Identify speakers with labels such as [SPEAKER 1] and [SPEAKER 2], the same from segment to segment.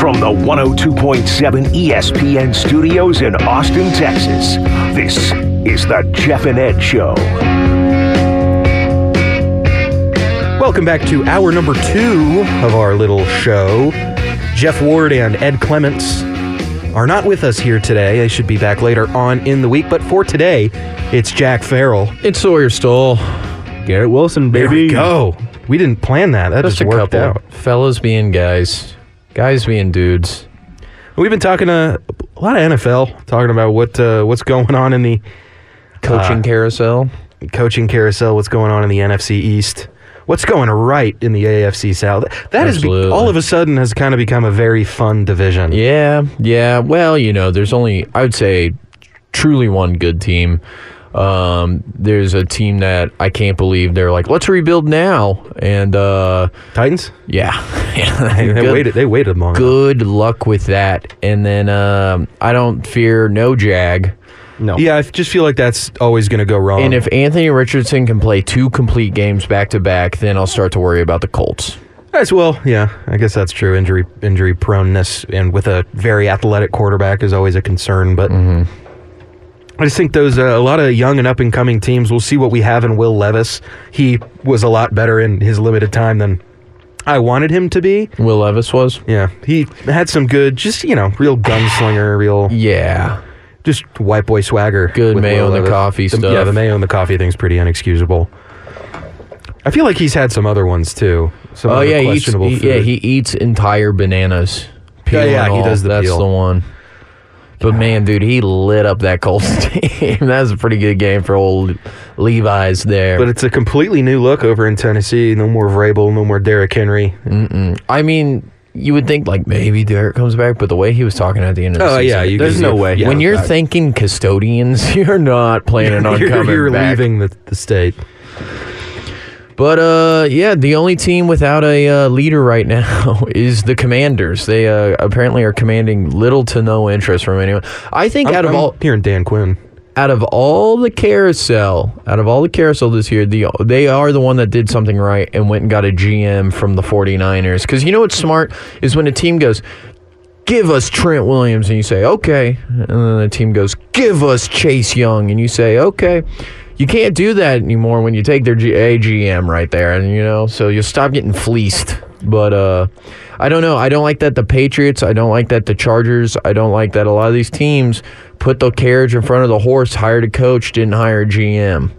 [SPEAKER 1] From the 102.7 ESPN studios in Austin, Texas, this is the Jeff and Ed Show.
[SPEAKER 2] Welcome back to hour number two of our little show. Jeff Ward and Ed Clements are not with us here today. They should be back later on in the week. But for today, it's Jack Farrell.
[SPEAKER 3] It's Sawyer Stoll. Garrett Wilson,
[SPEAKER 2] There
[SPEAKER 3] baby.
[SPEAKER 2] we go. We didn't plan that. That
[SPEAKER 3] Just
[SPEAKER 2] just
[SPEAKER 3] a
[SPEAKER 2] worked
[SPEAKER 3] couple.
[SPEAKER 2] out.
[SPEAKER 3] Fellas being guys. Guys being dudes.
[SPEAKER 2] We've been talking uh, a lot of NFL, talking about what uh, what's going on in the uh,
[SPEAKER 3] Coaching carousel.
[SPEAKER 2] coaching carousel, what's going on in the NFC East, what's going right in the AFC South. That is be-
[SPEAKER 3] Absolutely.
[SPEAKER 2] all of a sudden has kind of become a very fun division.
[SPEAKER 3] Yeah, yeah. Well, you know, there's only I would say truly one good team. Um, there's a team that I can't believe they're like, let's rebuild now, and uh,
[SPEAKER 2] Titans,
[SPEAKER 3] yeah,
[SPEAKER 2] they,
[SPEAKER 3] good,
[SPEAKER 2] waited. They waited long. enough.
[SPEAKER 3] good luck with that. And then um, I don't fear no jag.
[SPEAKER 2] No. Yeah, I just feel like that's always going to go wrong.
[SPEAKER 3] And if Anthony Richardson can play two complete games back to back, then I'll start to worry about the Colts.
[SPEAKER 2] as well, yeah, I guess that's true. Injury injury proneness and with a very athletic quarterback is always a concern. But
[SPEAKER 3] Mm-hmm.
[SPEAKER 2] I just think those uh, a lot of young and up and coming teams. We'll see what we have in Will Levis. He was a lot better in his limited time than I wanted him to be.
[SPEAKER 3] Will Levis was.
[SPEAKER 2] Yeah, he had some good, just you know, real gunslinger, real
[SPEAKER 3] Yeah.
[SPEAKER 2] just white boy swagger.
[SPEAKER 3] Good
[SPEAKER 2] with
[SPEAKER 3] mayo
[SPEAKER 2] Will
[SPEAKER 3] and
[SPEAKER 2] Levis.
[SPEAKER 3] the coffee
[SPEAKER 2] The- Yeah,
[SPEAKER 3] stuff.
[SPEAKER 2] the mayo and the coffee thing's pretty inexcusable. I feel like he's had some other ones too. Some
[SPEAKER 3] Oh
[SPEAKER 2] other
[SPEAKER 3] yeah, he eats,
[SPEAKER 2] questionable
[SPEAKER 3] he-
[SPEAKER 2] food.
[SPEAKER 3] yeah, he eats entire bananas. Peel
[SPEAKER 2] Yeah, yeah,
[SPEAKER 3] and
[SPEAKER 2] he
[SPEAKER 3] all.
[SPEAKER 2] does the
[SPEAKER 3] That's
[SPEAKER 2] peel.
[SPEAKER 3] the one. But man, dude, he lit up that Colts team. that was a pretty good game for old Levi's there.
[SPEAKER 2] But it's a completely new look over in Tennessee. No more Vrabel, no more Derrick Henry.
[SPEAKER 3] I mean, you would think like maybe Derek comes back, but the way he was talking at the end of the
[SPEAKER 2] Oh,
[SPEAKER 3] season,
[SPEAKER 2] yeah, you
[SPEAKER 3] there's
[SPEAKER 2] can-
[SPEAKER 3] no way.
[SPEAKER 2] yeah,
[SPEAKER 3] when you're
[SPEAKER 2] that-
[SPEAKER 3] thinking custodians, you're not planning on
[SPEAKER 2] you're
[SPEAKER 3] coming
[SPEAKER 2] you're
[SPEAKER 3] back.
[SPEAKER 2] leaving the, the state.
[SPEAKER 3] But uh, yeah, the only team without a uh, leader right now is the Commanders. They uh, apparently are commanding little to no interest from anyone. I think
[SPEAKER 2] I'm,
[SPEAKER 3] out of
[SPEAKER 2] I'm
[SPEAKER 3] all
[SPEAKER 2] hearing Dan Quinn.
[SPEAKER 3] out of all the carousel, out of all the carousel this year, the they are the one that did something right and went and got a GM from the 49ers. Because you know what's smart is when a team goes, give us Trent Williams, and you say, okay. And then the team goes, give us Chase Young, and you say, okay. You can't do that anymore when you take their G- AGM right there, and you know, so you'll stop getting fleeced. But uh, I don't know. I don't like that the Patriots. I don't like that the Chargers. I don't like that a lot of these teams put the carriage in front of the horse. Hired a coach, didn't hire a GM.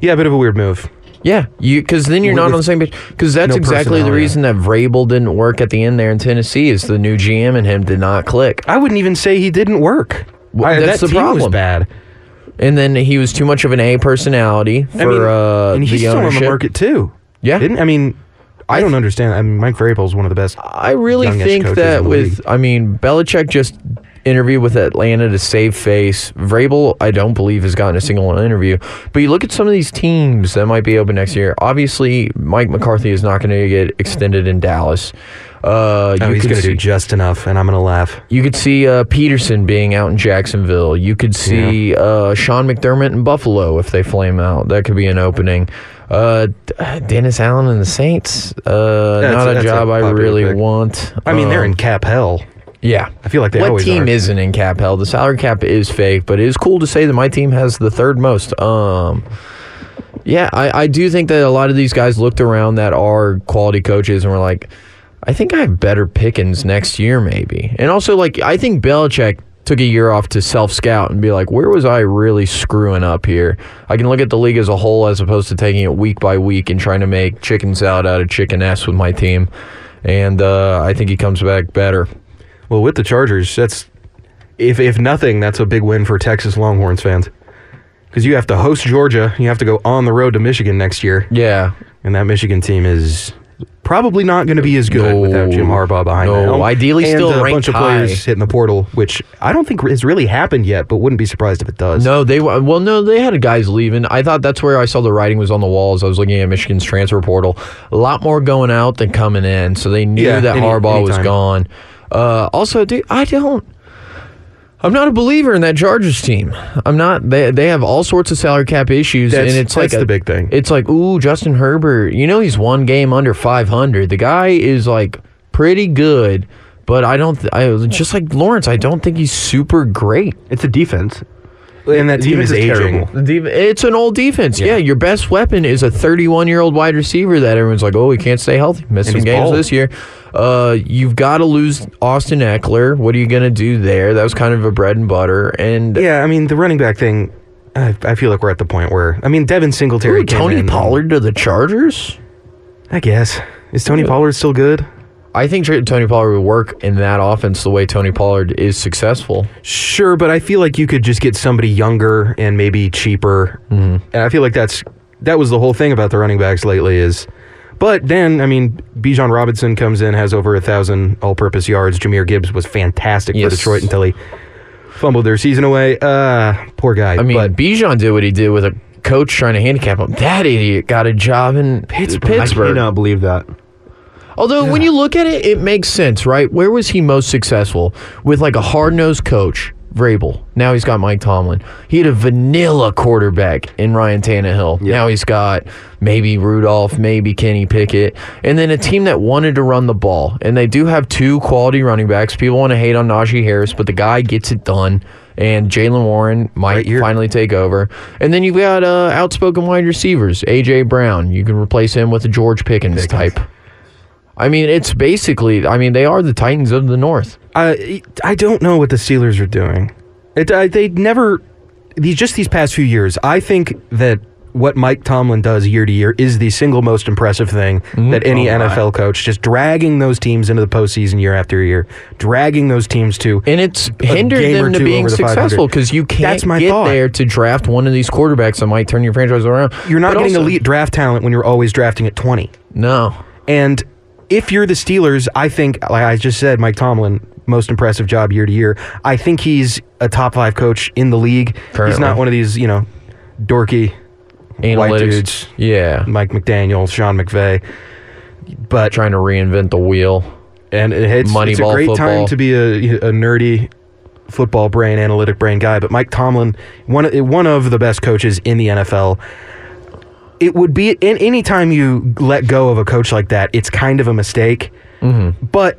[SPEAKER 2] Yeah, a bit of a weird move.
[SPEAKER 3] Yeah, you because then you're
[SPEAKER 2] With-
[SPEAKER 3] not on the same page. Because that's
[SPEAKER 2] no
[SPEAKER 3] exactly the
[SPEAKER 2] personnel, yeah.
[SPEAKER 3] reason that Vrabel didn't work at the end there in Tennessee. Is the new GM and him did not click.
[SPEAKER 2] I wouldn't even say he didn't work.
[SPEAKER 3] Well,
[SPEAKER 2] I-
[SPEAKER 3] that's
[SPEAKER 2] that
[SPEAKER 3] the
[SPEAKER 2] team was
[SPEAKER 3] problem.
[SPEAKER 2] bad.
[SPEAKER 3] And then he was too much of an A personality for
[SPEAKER 2] I mean,
[SPEAKER 3] uh,
[SPEAKER 2] and he's
[SPEAKER 3] the
[SPEAKER 2] still
[SPEAKER 3] ownership.
[SPEAKER 2] on the market too.
[SPEAKER 3] Yeah.
[SPEAKER 2] Didn't- I mean, I don't understand. I mean, Mike Vrabel's one of the best.
[SPEAKER 3] I really
[SPEAKER 2] youngish
[SPEAKER 3] think
[SPEAKER 2] coaches
[SPEAKER 3] that
[SPEAKER 2] in the
[SPEAKER 3] with,
[SPEAKER 2] league.
[SPEAKER 3] I mean, Belichick just interviewed with Atlanta to save face. Vrabel, I don't believe has gotten a single interview. But you look at some of these teams that might be open next year. Obviously, Mike McCarthy is not going to get extended in Dallas. Uh,
[SPEAKER 2] Oh,
[SPEAKER 3] you
[SPEAKER 2] he's
[SPEAKER 3] could
[SPEAKER 2] going to do
[SPEAKER 3] see-
[SPEAKER 2] just enough, and I'm going to laugh.
[SPEAKER 3] You could see uh, Peterson being out in Jacksonville. You could see uh, Sean McDermott in Buffalo if they flame out. That could be an opening. Uh, D- Dennis Allen and the Saints. Uh,
[SPEAKER 2] That's-
[SPEAKER 3] not a
[SPEAKER 2] that's a
[SPEAKER 3] job I
[SPEAKER 2] popular
[SPEAKER 3] really
[SPEAKER 2] pick.
[SPEAKER 3] want.
[SPEAKER 2] I mean, they're
[SPEAKER 3] Um,
[SPEAKER 2] in cap hell.
[SPEAKER 3] yeah.
[SPEAKER 2] I feel like they
[SPEAKER 3] what
[SPEAKER 2] always
[SPEAKER 3] team
[SPEAKER 2] are.
[SPEAKER 3] isn't in cap hell? The salary cap is fake, but it is cool to say that my team has the third most. Um, yeah, I, I do think that a lot of these guys looked around that are quality coaches and were like, I think I have better pickings next year, maybe. And also, like, I think Belichick took a year off to self scout and be like, where was I really screwing up here? I can look at the league as a whole as opposed to taking it week by week and trying to make chicken salad out of chicken S with my team. And uh, I think he comes back better.
[SPEAKER 2] Well, with the Chargers, that's if if nothing, that's a big win for Texas Longhorns fans. Because you have to host Georgia, you have to go on the road to Michigan next year,
[SPEAKER 3] Yeah.
[SPEAKER 2] and that Michigan team is probably not going to be as good
[SPEAKER 3] No.
[SPEAKER 2] without Jim Harbaugh behind
[SPEAKER 3] No,
[SPEAKER 2] the helm.
[SPEAKER 3] ideally
[SPEAKER 2] and
[SPEAKER 3] still
[SPEAKER 2] a
[SPEAKER 3] ranked
[SPEAKER 2] bunch of players
[SPEAKER 3] high.
[SPEAKER 2] hitting the portal, which I don't think has really happened yet, but wouldn't be surprised if it does.
[SPEAKER 3] No, they were- well, no, they had guys leaving. I thought that's where I saw the writing was on the walls. I was looking at Michigan's transfer portal. A lot more going out than coming in, so they knew
[SPEAKER 2] Yeah,
[SPEAKER 3] that
[SPEAKER 2] any-
[SPEAKER 3] Harbaugh was
[SPEAKER 2] anytime.
[SPEAKER 3] gone. Uh, also, dude, I don't. I'm not a believer in that Chargers team. I'm not. They they have all sorts of salary cap issues,
[SPEAKER 2] That's-
[SPEAKER 3] and it's like
[SPEAKER 2] that's
[SPEAKER 3] a-
[SPEAKER 2] the big thing.
[SPEAKER 3] It's like ooh, Justin Herbert. You know he's one game under 500. The guy is like pretty good, but I don't. Th- I just like Lawrence. I don't think he's super great.
[SPEAKER 4] It's a defense.
[SPEAKER 2] and that team
[SPEAKER 4] Defense
[SPEAKER 2] is
[SPEAKER 4] is
[SPEAKER 2] aging.
[SPEAKER 4] terrible.
[SPEAKER 3] The def- It's an old defense. Yeah. your best weapon is a 31 year old wide receiver that everyone's like, oh, he can't stay healthy. Missed some
[SPEAKER 2] he's
[SPEAKER 3] games
[SPEAKER 2] bald.
[SPEAKER 3] this year. Uh, you've got to lose Austin Eckler. What are you going to do there? That was kind of a bread and butter. And
[SPEAKER 2] Yeah, I mean the running back thing. I, I feel like we're at the point where I mean Devin Singletary,
[SPEAKER 3] ooh,
[SPEAKER 2] came
[SPEAKER 3] Tony
[SPEAKER 2] in.
[SPEAKER 3] Pollard to the Chargers?
[SPEAKER 2] I guess is Tony Pollard still good?
[SPEAKER 3] I think Tr- Tony Pollard would work in that offense the way Tony Pollard is successful.
[SPEAKER 2] Sure, but I feel like you could just get somebody younger and maybe cheaper. Mm-hmm. And I feel like that's that was the whole thing about the running backs lately is. But then, I mean, Bijan Robinson comes in, has over a thousand all-purpose yards. Jameer Gibbs was fantastic
[SPEAKER 3] Yes.
[SPEAKER 2] for Detroit until he fumbled their season away. Uh, poor guy.
[SPEAKER 3] I mean,
[SPEAKER 2] but
[SPEAKER 3] Bijan did what he did with a coach trying to handicap him. That idiot got a job in Pittsburgh.
[SPEAKER 4] I cannot believe that.
[SPEAKER 3] Although when you look at it, it makes sense, right? Where was he most successful? With like a hard nosed coach, Vrabel. Now he's got Mike Tomlin. He had a vanilla quarterback in Ryan Tannehill. Now he's got maybe Rudolph, maybe Kenny Pickett, and then a team that wanted to run the ball. And they do have two quality running backs. People want to hate on Najee Harris, but the guy gets it done. And Jalen Warren might
[SPEAKER 2] here.
[SPEAKER 3] finally take over. And then you've got uh, outspoken wide receivers, A.J. Brown. You can replace him with a George Pickens. type. I mean, it's basically. I mean, they are the Titans of the North.
[SPEAKER 2] I Uh, I don't know what the Steelers are doing. It, I, they never these just these past few years. I think that what Mike Tomlin does year to year is the single most impressive thing
[SPEAKER 3] Mm-hmm.
[SPEAKER 2] that any
[SPEAKER 3] Oh,
[SPEAKER 2] NFL coach just dragging those teams into the postseason year after year, dragging those teams to.
[SPEAKER 3] And it's
[SPEAKER 2] A
[SPEAKER 3] hindered
[SPEAKER 2] game or
[SPEAKER 3] them to
[SPEAKER 2] two
[SPEAKER 3] being
[SPEAKER 2] over the 500.
[SPEAKER 3] successful because you can't
[SPEAKER 2] That's my
[SPEAKER 3] get
[SPEAKER 2] thought.
[SPEAKER 3] there to draft one of these quarterbacks that might turn your franchise around.
[SPEAKER 2] You're not
[SPEAKER 3] But
[SPEAKER 2] getting
[SPEAKER 3] also-
[SPEAKER 2] elite draft talent when you're always drafting at twenty.
[SPEAKER 3] No.
[SPEAKER 2] And if you're the Steelers, I think, like I just said, Mike Tomlin, most impressive job year to year. I think he's a top five coach in the league. He's
[SPEAKER 3] Currently.
[SPEAKER 2] not one of these, you know, dorky
[SPEAKER 3] Analytics.
[SPEAKER 2] white dudes,
[SPEAKER 3] Yeah.
[SPEAKER 2] Mike McDaniel, Sean McVay. But
[SPEAKER 3] Trying to reinvent the wheel.
[SPEAKER 2] and it's, it's a
[SPEAKER 3] Moneyball
[SPEAKER 2] great time
[SPEAKER 3] football.
[SPEAKER 2] to be a, a nerdy football brain, analytic brain guy. But Mike Tomlin, one one of the best coaches in the NFL. It would be in any time you let go of a coach like that, it's kind of a mistake.
[SPEAKER 3] Mm-hmm.
[SPEAKER 2] But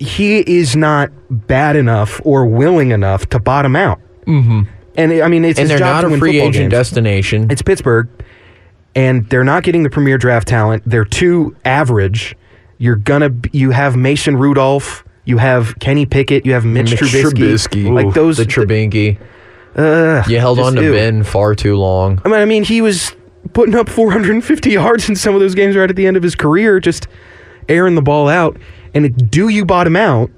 [SPEAKER 2] he is not bad enough or willing enough to bottom out. Mm-hmm. And I mean, it's
[SPEAKER 3] And
[SPEAKER 2] his
[SPEAKER 3] they're
[SPEAKER 2] job
[SPEAKER 3] not
[SPEAKER 2] to
[SPEAKER 3] a
[SPEAKER 2] win
[SPEAKER 3] free
[SPEAKER 2] football
[SPEAKER 3] agent
[SPEAKER 2] games
[SPEAKER 3] destination.
[SPEAKER 2] it's Pittsburgh, and they're not getting the premier draft talent. They're too average. You're gonna b- you have Mason Rudolph, you have Kenny Pickett, you have Mitch, Trubisky, like those. Uh,
[SPEAKER 3] the Trubinky. you held
[SPEAKER 2] just
[SPEAKER 3] on to
[SPEAKER 2] ew.
[SPEAKER 3] Ben far too long.
[SPEAKER 2] I mean, I mean, he was putting up 450 yards in some of those games right at the end of his career, just airing the ball out. And it, do you bottom out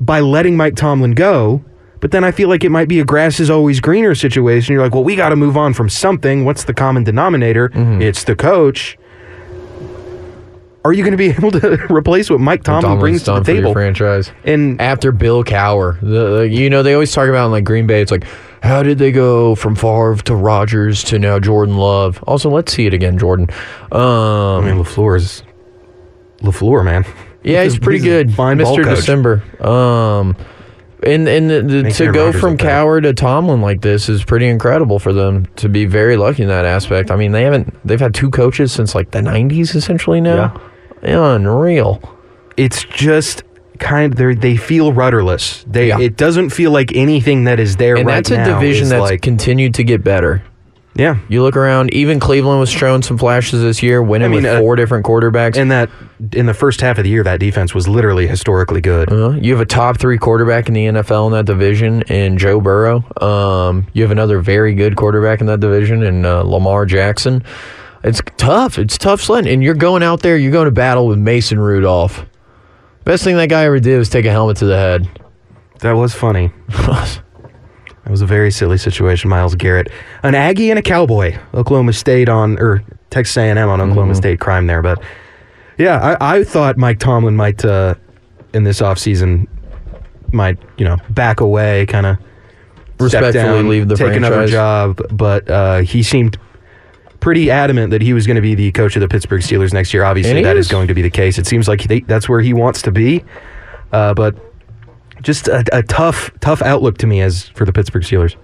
[SPEAKER 2] by letting Mike Tomlin go? But then I feel like it might be a grass is always greener situation. You're like, well, we got to move on from something. What's the common denominator?
[SPEAKER 3] Mm-hmm.
[SPEAKER 2] It's the coach. Are you going to be able to replace what Mike Tomlin
[SPEAKER 3] Tomlin's
[SPEAKER 2] brings to the
[SPEAKER 3] done for your
[SPEAKER 2] table?
[SPEAKER 3] franchise.
[SPEAKER 2] And
[SPEAKER 3] after Bill Cower. The, the- you know, they always talk about in like Green Bay, it's like, how did they go from Favre to Rodgers to now Jordan Love? Also, let's see it again, Jordan. Um,
[SPEAKER 2] I mean, Lafleur is Lafleur, man.
[SPEAKER 3] yeah, he's
[SPEAKER 2] a-
[SPEAKER 3] pretty
[SPEAKER 2] he's a
[SPEAKER 3] good,
[SPEAKER 2] fine ball
[SPEAKER 3] Mr.
[SPEAKER 2] coach.
[SPEAKER 3] December. Um, and and the, the,
[SPEAKER 2] Makes
[SPEAKER 3] to
[SPEAKER 2] Aaron
[SPEAKER 3] go
[SPEAKER 2] Rodgers
[SPEAKER 3] from
[SPEAKER 2] look bad.
[SPEAKER 3] Cower to Tomlin like this is pretty incredible for them to be very lucky in that aspect. I mean, they haven't they've had two coaches since like the '90s essentially now. Unreal.
[SPEAKER 2] it's just kind they they feel rudderless. They
[SPEAKER 3] Yeah.
[SPEAKER 2] it doesn't feel like anything that is there
[SPEAKER 3] And
[SPEAKER 2] right
[SPEAKER 3] that's a
[SPEAKER 2] now
[SPEAKER 3] division
[SPEAKER 2] is
[SPEAKER 3] that's
[SPEAKER 2] like
[SPEAKER 3] continued to get better.
[SPEAKER 2] yeah.
[SPEAKER 3] You look around, even Cleveland was showing some flashes this year, winning
[SPEAKER 2] mean,
[SPEAKER 3] with
[SPEAKER 2] uh,
[SPEAKER 3] four different quarterbacks.
[SPEAKER 2] And that in the first half of the year that defense was literally historically good.
[SPEAKER 3] Uh, you have a top three quarterback in the NFL in that division in Joe Burrow. Um, you have another very good quarterback in that division in uh, Lamar Jackson. It's tough. It's tough sledding. And you're going out there, you're going to battle with Mason Rudolph. Best thing that guy ever did was take a helmet to the head.
[SPEAKER 2] That was funny. That was a very silly situation, Miles Garrett. An Aggie and a Cowboy. Oklahoma State on, or Texas A&M on
[SPEAKER 3] Mm-hmm.
[SPEAKER 2] Oklahoma State crime there. But yeah, I, I thought Mike Tomlin might, uh, in this offseason, might, you know, back away, kind of
[SPEAKER 3] Respectfully leave the
[SPEAKER 2] take another
[SPEAKER 3] franchise.
[SPEAKER 2] job. But uh, he seemed pretty adamant that he was going to be the coach of the Pittsburgh Steelers next year. Obviously,
[SPEAKER 3] And he
[SPEAKER 2] that
[SPEAKER 3] is.
[SPEAKER 2] is going to be the case. It seems like they, that's where he wants to be. Uh, but just a, a tough, tough outlook to me as for the Pittsburgh Steelers.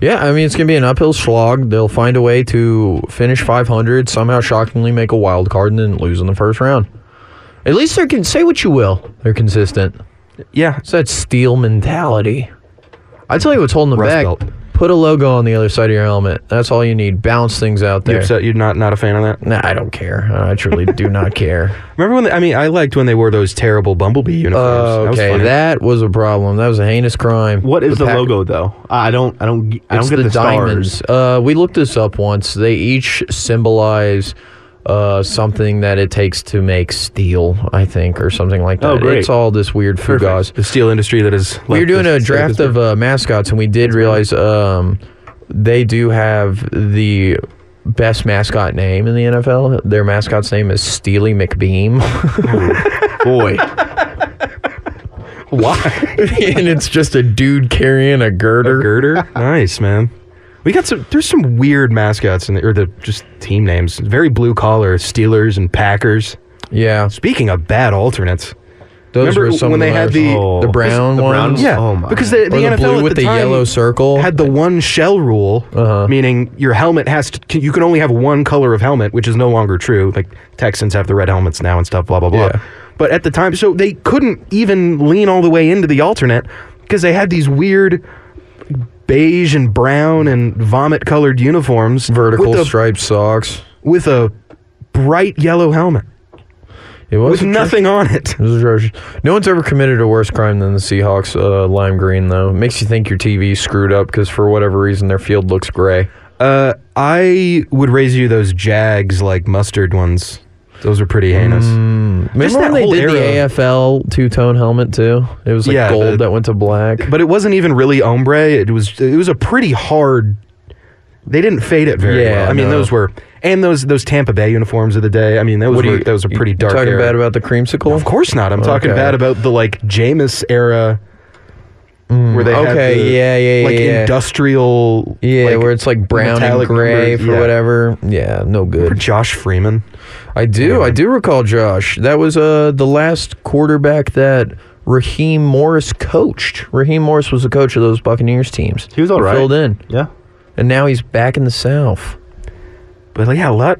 [SPEAKER 3] Yeah, I mean it's gonna be an uphill slog. They'll find a way to finish 500, somehow shockingly make a wild card, and then lose in the first round. At least they're can say what you will. They're consistent.
[SPEAKER 2] Yeah,
[SPEAKER 3] It's that steel mentality. I tell you what's holding them
[SPEAKER 2] Rust
[SPEAKER 3] back.
[SPEAKER 2] Belt.
[SPEAKER 3] Put a logo on the other side of your helmet. That's all you need. Bounce things out
[SPEAKER 2] you
[SPEAKER 3] there.
[SPEAKER 2] upset. You're not not a fan of that.
[SPEAKER 3] Nah, I don't care. I truly do not care.
[SPEAKER 2] Remember when? They, I mean, I liked when they wore those terrible bumblebee uniforms.
[SPEAKER 3] Uh,
[SPEAKER 2] was
[SPEAKER 3] okay,
[SPEAKER 2] funny.
[SPEAKER 3] that was a problem. That was a heinous crime.
[SPEAKER 4] What is the,
[SPEAKER 3] Pack-
[SPEAKER 4] logo though? I don't. I don't. I don't
[SPEAKER 3] It's
[SPEAKER 4] get the,
[SPEAKER 3] diamonds.
[SPEAKER 4] stars.
[SPEAKER 3] Uh, we looked this up once. They each symbolize uh, something that it takes to make steel, I think, or something like that.
[SPEAKER 4] Oh, great.
[SPEAKER 3] It's all this weird fugazi.
[SPEAKER 2] the steel industry that is.
[SPEAKER 3] We were
[SPEAKER 2] left
[SPEAKER 3] doing
[SPEAKER 2] the
[SPEAKER 3] a
[SPEAKER 2] state
[SPEAKER 3] draft
[SPEAKER 2] Pittsburgh.
[SPEAKER 3] of uh, mascots, and we did realize um, they do have the best mascot name in the NFL. Their mascot's name is Steely McBeam,
[SPEAKER 4] Boy,
[SPEAKER 2] why
[SPEAKER 3] and it's just a dude carrying a girder.
[SPEAKER 2] girder. nice man. We got some. There's some weird mascots in the, or the just team names. Very blue collar Steelers and Packers.
[SPEAKER 3] yeah,
[SPEAKER 2] Speaking of bad alternates,
[SPEAKER 3] those
[SPEAKER 2] Remember
[SPEAKER 3] were some
[SPEAKER 2] when
[SPEAKER 3] of
[SPEAKER 2] they had
[SPEAKER 3] ours.
[SPEAKER 2] the-
[SPEAKER 3] the brown
[SPEAKER 4] the brown-
[SPEAKER 3] ones.
[SPEAKER 2] yeah,
[SPEAKER 4] Oh, my.
[SPEAKER 2] because the, the,
[SPEAKER 3] Or
[SPEAKER 2] NFL
[SPEAKER 3] the blue
[SPEAKER 2] at
[SPEAKER 3] with the
[SPEAKER 2] time
[SPEAKER 3] yellow circle. Uh-huh.
[SPEAKER 2] had the one shell rule, meaning your helmet has to. can- You can only have one color of helmet, which is no longer true. Like Texans have the red helmets now and stuff. Blah blah blah.
[SPEAKER 3] Yeah.
[SPEAKER 2] But at the time, so they couldn't even lean all the way into the alternate because they had these weird beige and brown and vomit colored uniforms,
[SPEAKER 3] vertical
[SPEAKER 2] with a,
[SPEAKER 3] striped socks.
[SPEAKER 2] with a bright yellow helmet
[SPEAKER 3] It was
[SPEAKER 2] with
[SPEAKER 3] a tr-
[SPEAKER 2] nothing on it.
[SPEAKER 3] It was atrocious. No one's ever committed a worse crime than the Seahawks uh, lime green, though. It makes you think your TV's screwed up because for whatever reason their field looks gray.
[SPEAKER 2] Uh, I would raise you those Jags like mustard ones. Those are pretty heinous.
[SPEAKER 3] Mm. Remember
[SPEAKER 2] that
[SPEAKER 3] when they
[SPEAKER 2] whole
[SPEAKER 3] did
[SPEAKER 2] era.
[SPEAKER 3] the AFL two tone helmet too? It was like
[SPEAKER 2] Yeah,
[SPEAKER 3] gold
[SPEAKER 2] the-
[SPEAKER 3] that went to black.
[SPEAKER 2] but it wasn't even really ombre. It was it was a pretty hard. They didn't fade it very
[SPEAKER 3] Yeah,
[SPEAKER 2] well. I mean,
[SPEAKER 3] no.
[SPEAKER 2] those were and those those Tampa Bay uniforms of the day. I mean, those
[SPEAKER 3] What are
[SPEAKER 2] were
[SPEAKER 3] you-
[SPEAKER 2] those were pretty
[SPEAKER 3] you
[SPEAKER 2] dark.
[SPEAKER 3] Talking
[SPEAKER 2] era.
[SPEAKER 3] bad about the creamsicle?
[SPEAKER 2] Of course not. I'm talking
[SPEAKER 3] Okay.
[SPEAKER 2] bad about the like Jameis era, where they had
[SPEAKER 3] Mm. okay,
[SPEAKER 2] the,
[SPEAKER 3] yeah, yeah,
[SPEAKER 2] like
[SPEAKER 3] yeah, yeah.
[SPEAKER 2] industrial
[SPEAKER 3] Yeah,
[SPEAKER 2] like,
[SPEAKER 3] where it's like brown and
[SPEAKER 2] metallic
[SPEAKER 3] gray
[SPEAKER 2] numbers.
[SPEAKER 3] for
[SPEAKER 2] Yeah.
[SPEAKER 3] whatever. Yeah, no
[SPEAKER 2] For
[SPEAKER 3] good.
[SPEAKER 2] Josh Freeman.
[SPEAKER 3] I do. I do recall Josh. That was uh, the last quarterback that Raheem Morris coached. Raheem Morris was the coach of those Buccaneers teams.
[SPEAKER 4] he was all right.
[SPEAKER 3] Filled in,
[SPEAKER 4] Yeah.
[SPEAKER 3] and now he's back in the South.
[SPEAKER 2] But like, yeah, a lot.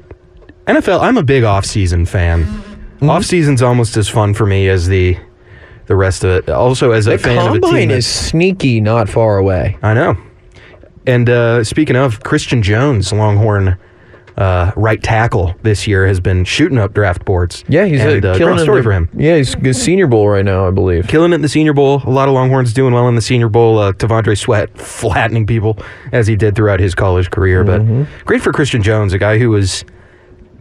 [SPEAKER 2] NFL. I'm a big off-season fan.
[SPEAKER 3] Mm-hmm.
[SPEAKER 2] Off-season's almost as fun for me as the the rest of it. Also, as a
[SPEAKER 3] The
[SPEAKER 2] fan of a team
[SPEAKER 3] combine
[SPEAKER 2] that-
[SPEAKER 3] is sneaky, not far away.
[SPEAKER 2] I know. And uh, speaking of Christian Jones, Longhorn uh, right tackle this year has been shooting up draft boards.
[SPEAKER 3] Yeah, he's
[SPEAKER 2] and,
[SPEAKER 3] a
[SPEAKER 2] uh,
[SPEAKER 3] killing
[SPEAKER 2] great
[SPEAKER 3] it
[SPEAKER 2] story
[SPEAKER 3] in the-
[SPEAKER 2] for him.
[SPEAKER 3] Yeah, he's good Senior Bowl right now, I believe.
[SPEAKER 2] Killing it in the Senior Bowl. A lot of Longhorns doing well in the Senior Bowl. Uh, Devondre Sweat flattening people as he did throughout his college career. But great for Christian Jones, a guy who was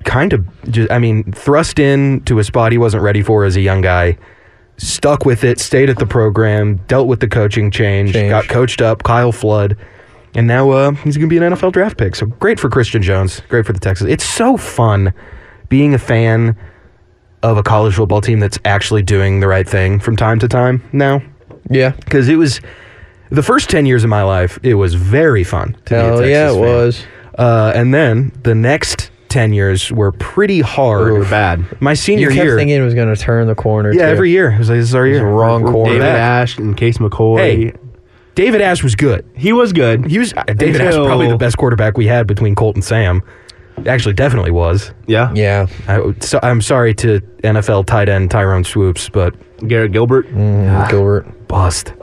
[SPEAKER 2] kind of, just, I mean, thrust in to a spot he wasn't ready for as a young guy. Stuck with it, stayed at the program, dealt with the coaching change,
[SPEAKER 3] Change.
[SPEAKER 2] got coached up. Kyle Flood. And now uh, he's going to be an NFL draft pick. So great for Christian Jones. Great for the Texans. It's so fun being a fan of a college football team that's actually doing the right thing from time to time now.
[SPEAKER 3] Yeah,
[SPEAKER 2] Because it was the first 10 years of my life, it was very fun. To
[SPEAKER 3] hell
[SPEAKER 2] be a
[SPEAKER 3] yeah, it
[SPEAKER 2] Texas fan.
[SPEAKER 3] was.
[SPEAKER 2] Uh, and then the next 10 years were pretty hard.
[SPEAKER 4] Ooh, bad.
[SPEAKER 2] My
[SPEAKER 3] You
[SPEAKER 2] senior
[SPEAKER 3] kept
[SPEAKER 2] year.
[SPEAKER 3] thinking it was going to turn the corner.
[SPEAKER 2] yeah,
[SPEAKER 3] too.
[SPEAKER 2] every year. It was like, this is our year.
[SPEAKER 3] wrong
[SPEAKER 2] We're- we're
[SPEAKER 3] corner.
[SPEAKER 4] David
[SPEAKER 2] back.
[SPEAKER 4] Ash and Case McCoy.
[SPEAKER 2] Hey. David Ash was good.
[SPEAKER 4] He was good.
[SPEAKER 2] He was uh, David Ash
[SPEAKER 4] Until-
[SPEAKER 2] probably the best quarterback we had between Colt and Sam. Actually, definitely was.
[SPEAKER 4] Yeah.
[SPEAKER 3] Yeah,
[SPEAKER 2] I, so, I'm sorry to NFL tight end Tyrone Swoops, but
[SPEAKER 4] Garrett Gilbert.
[SPEAKER 3] Mm, Gilbert.
[SPEAKER 2] bust.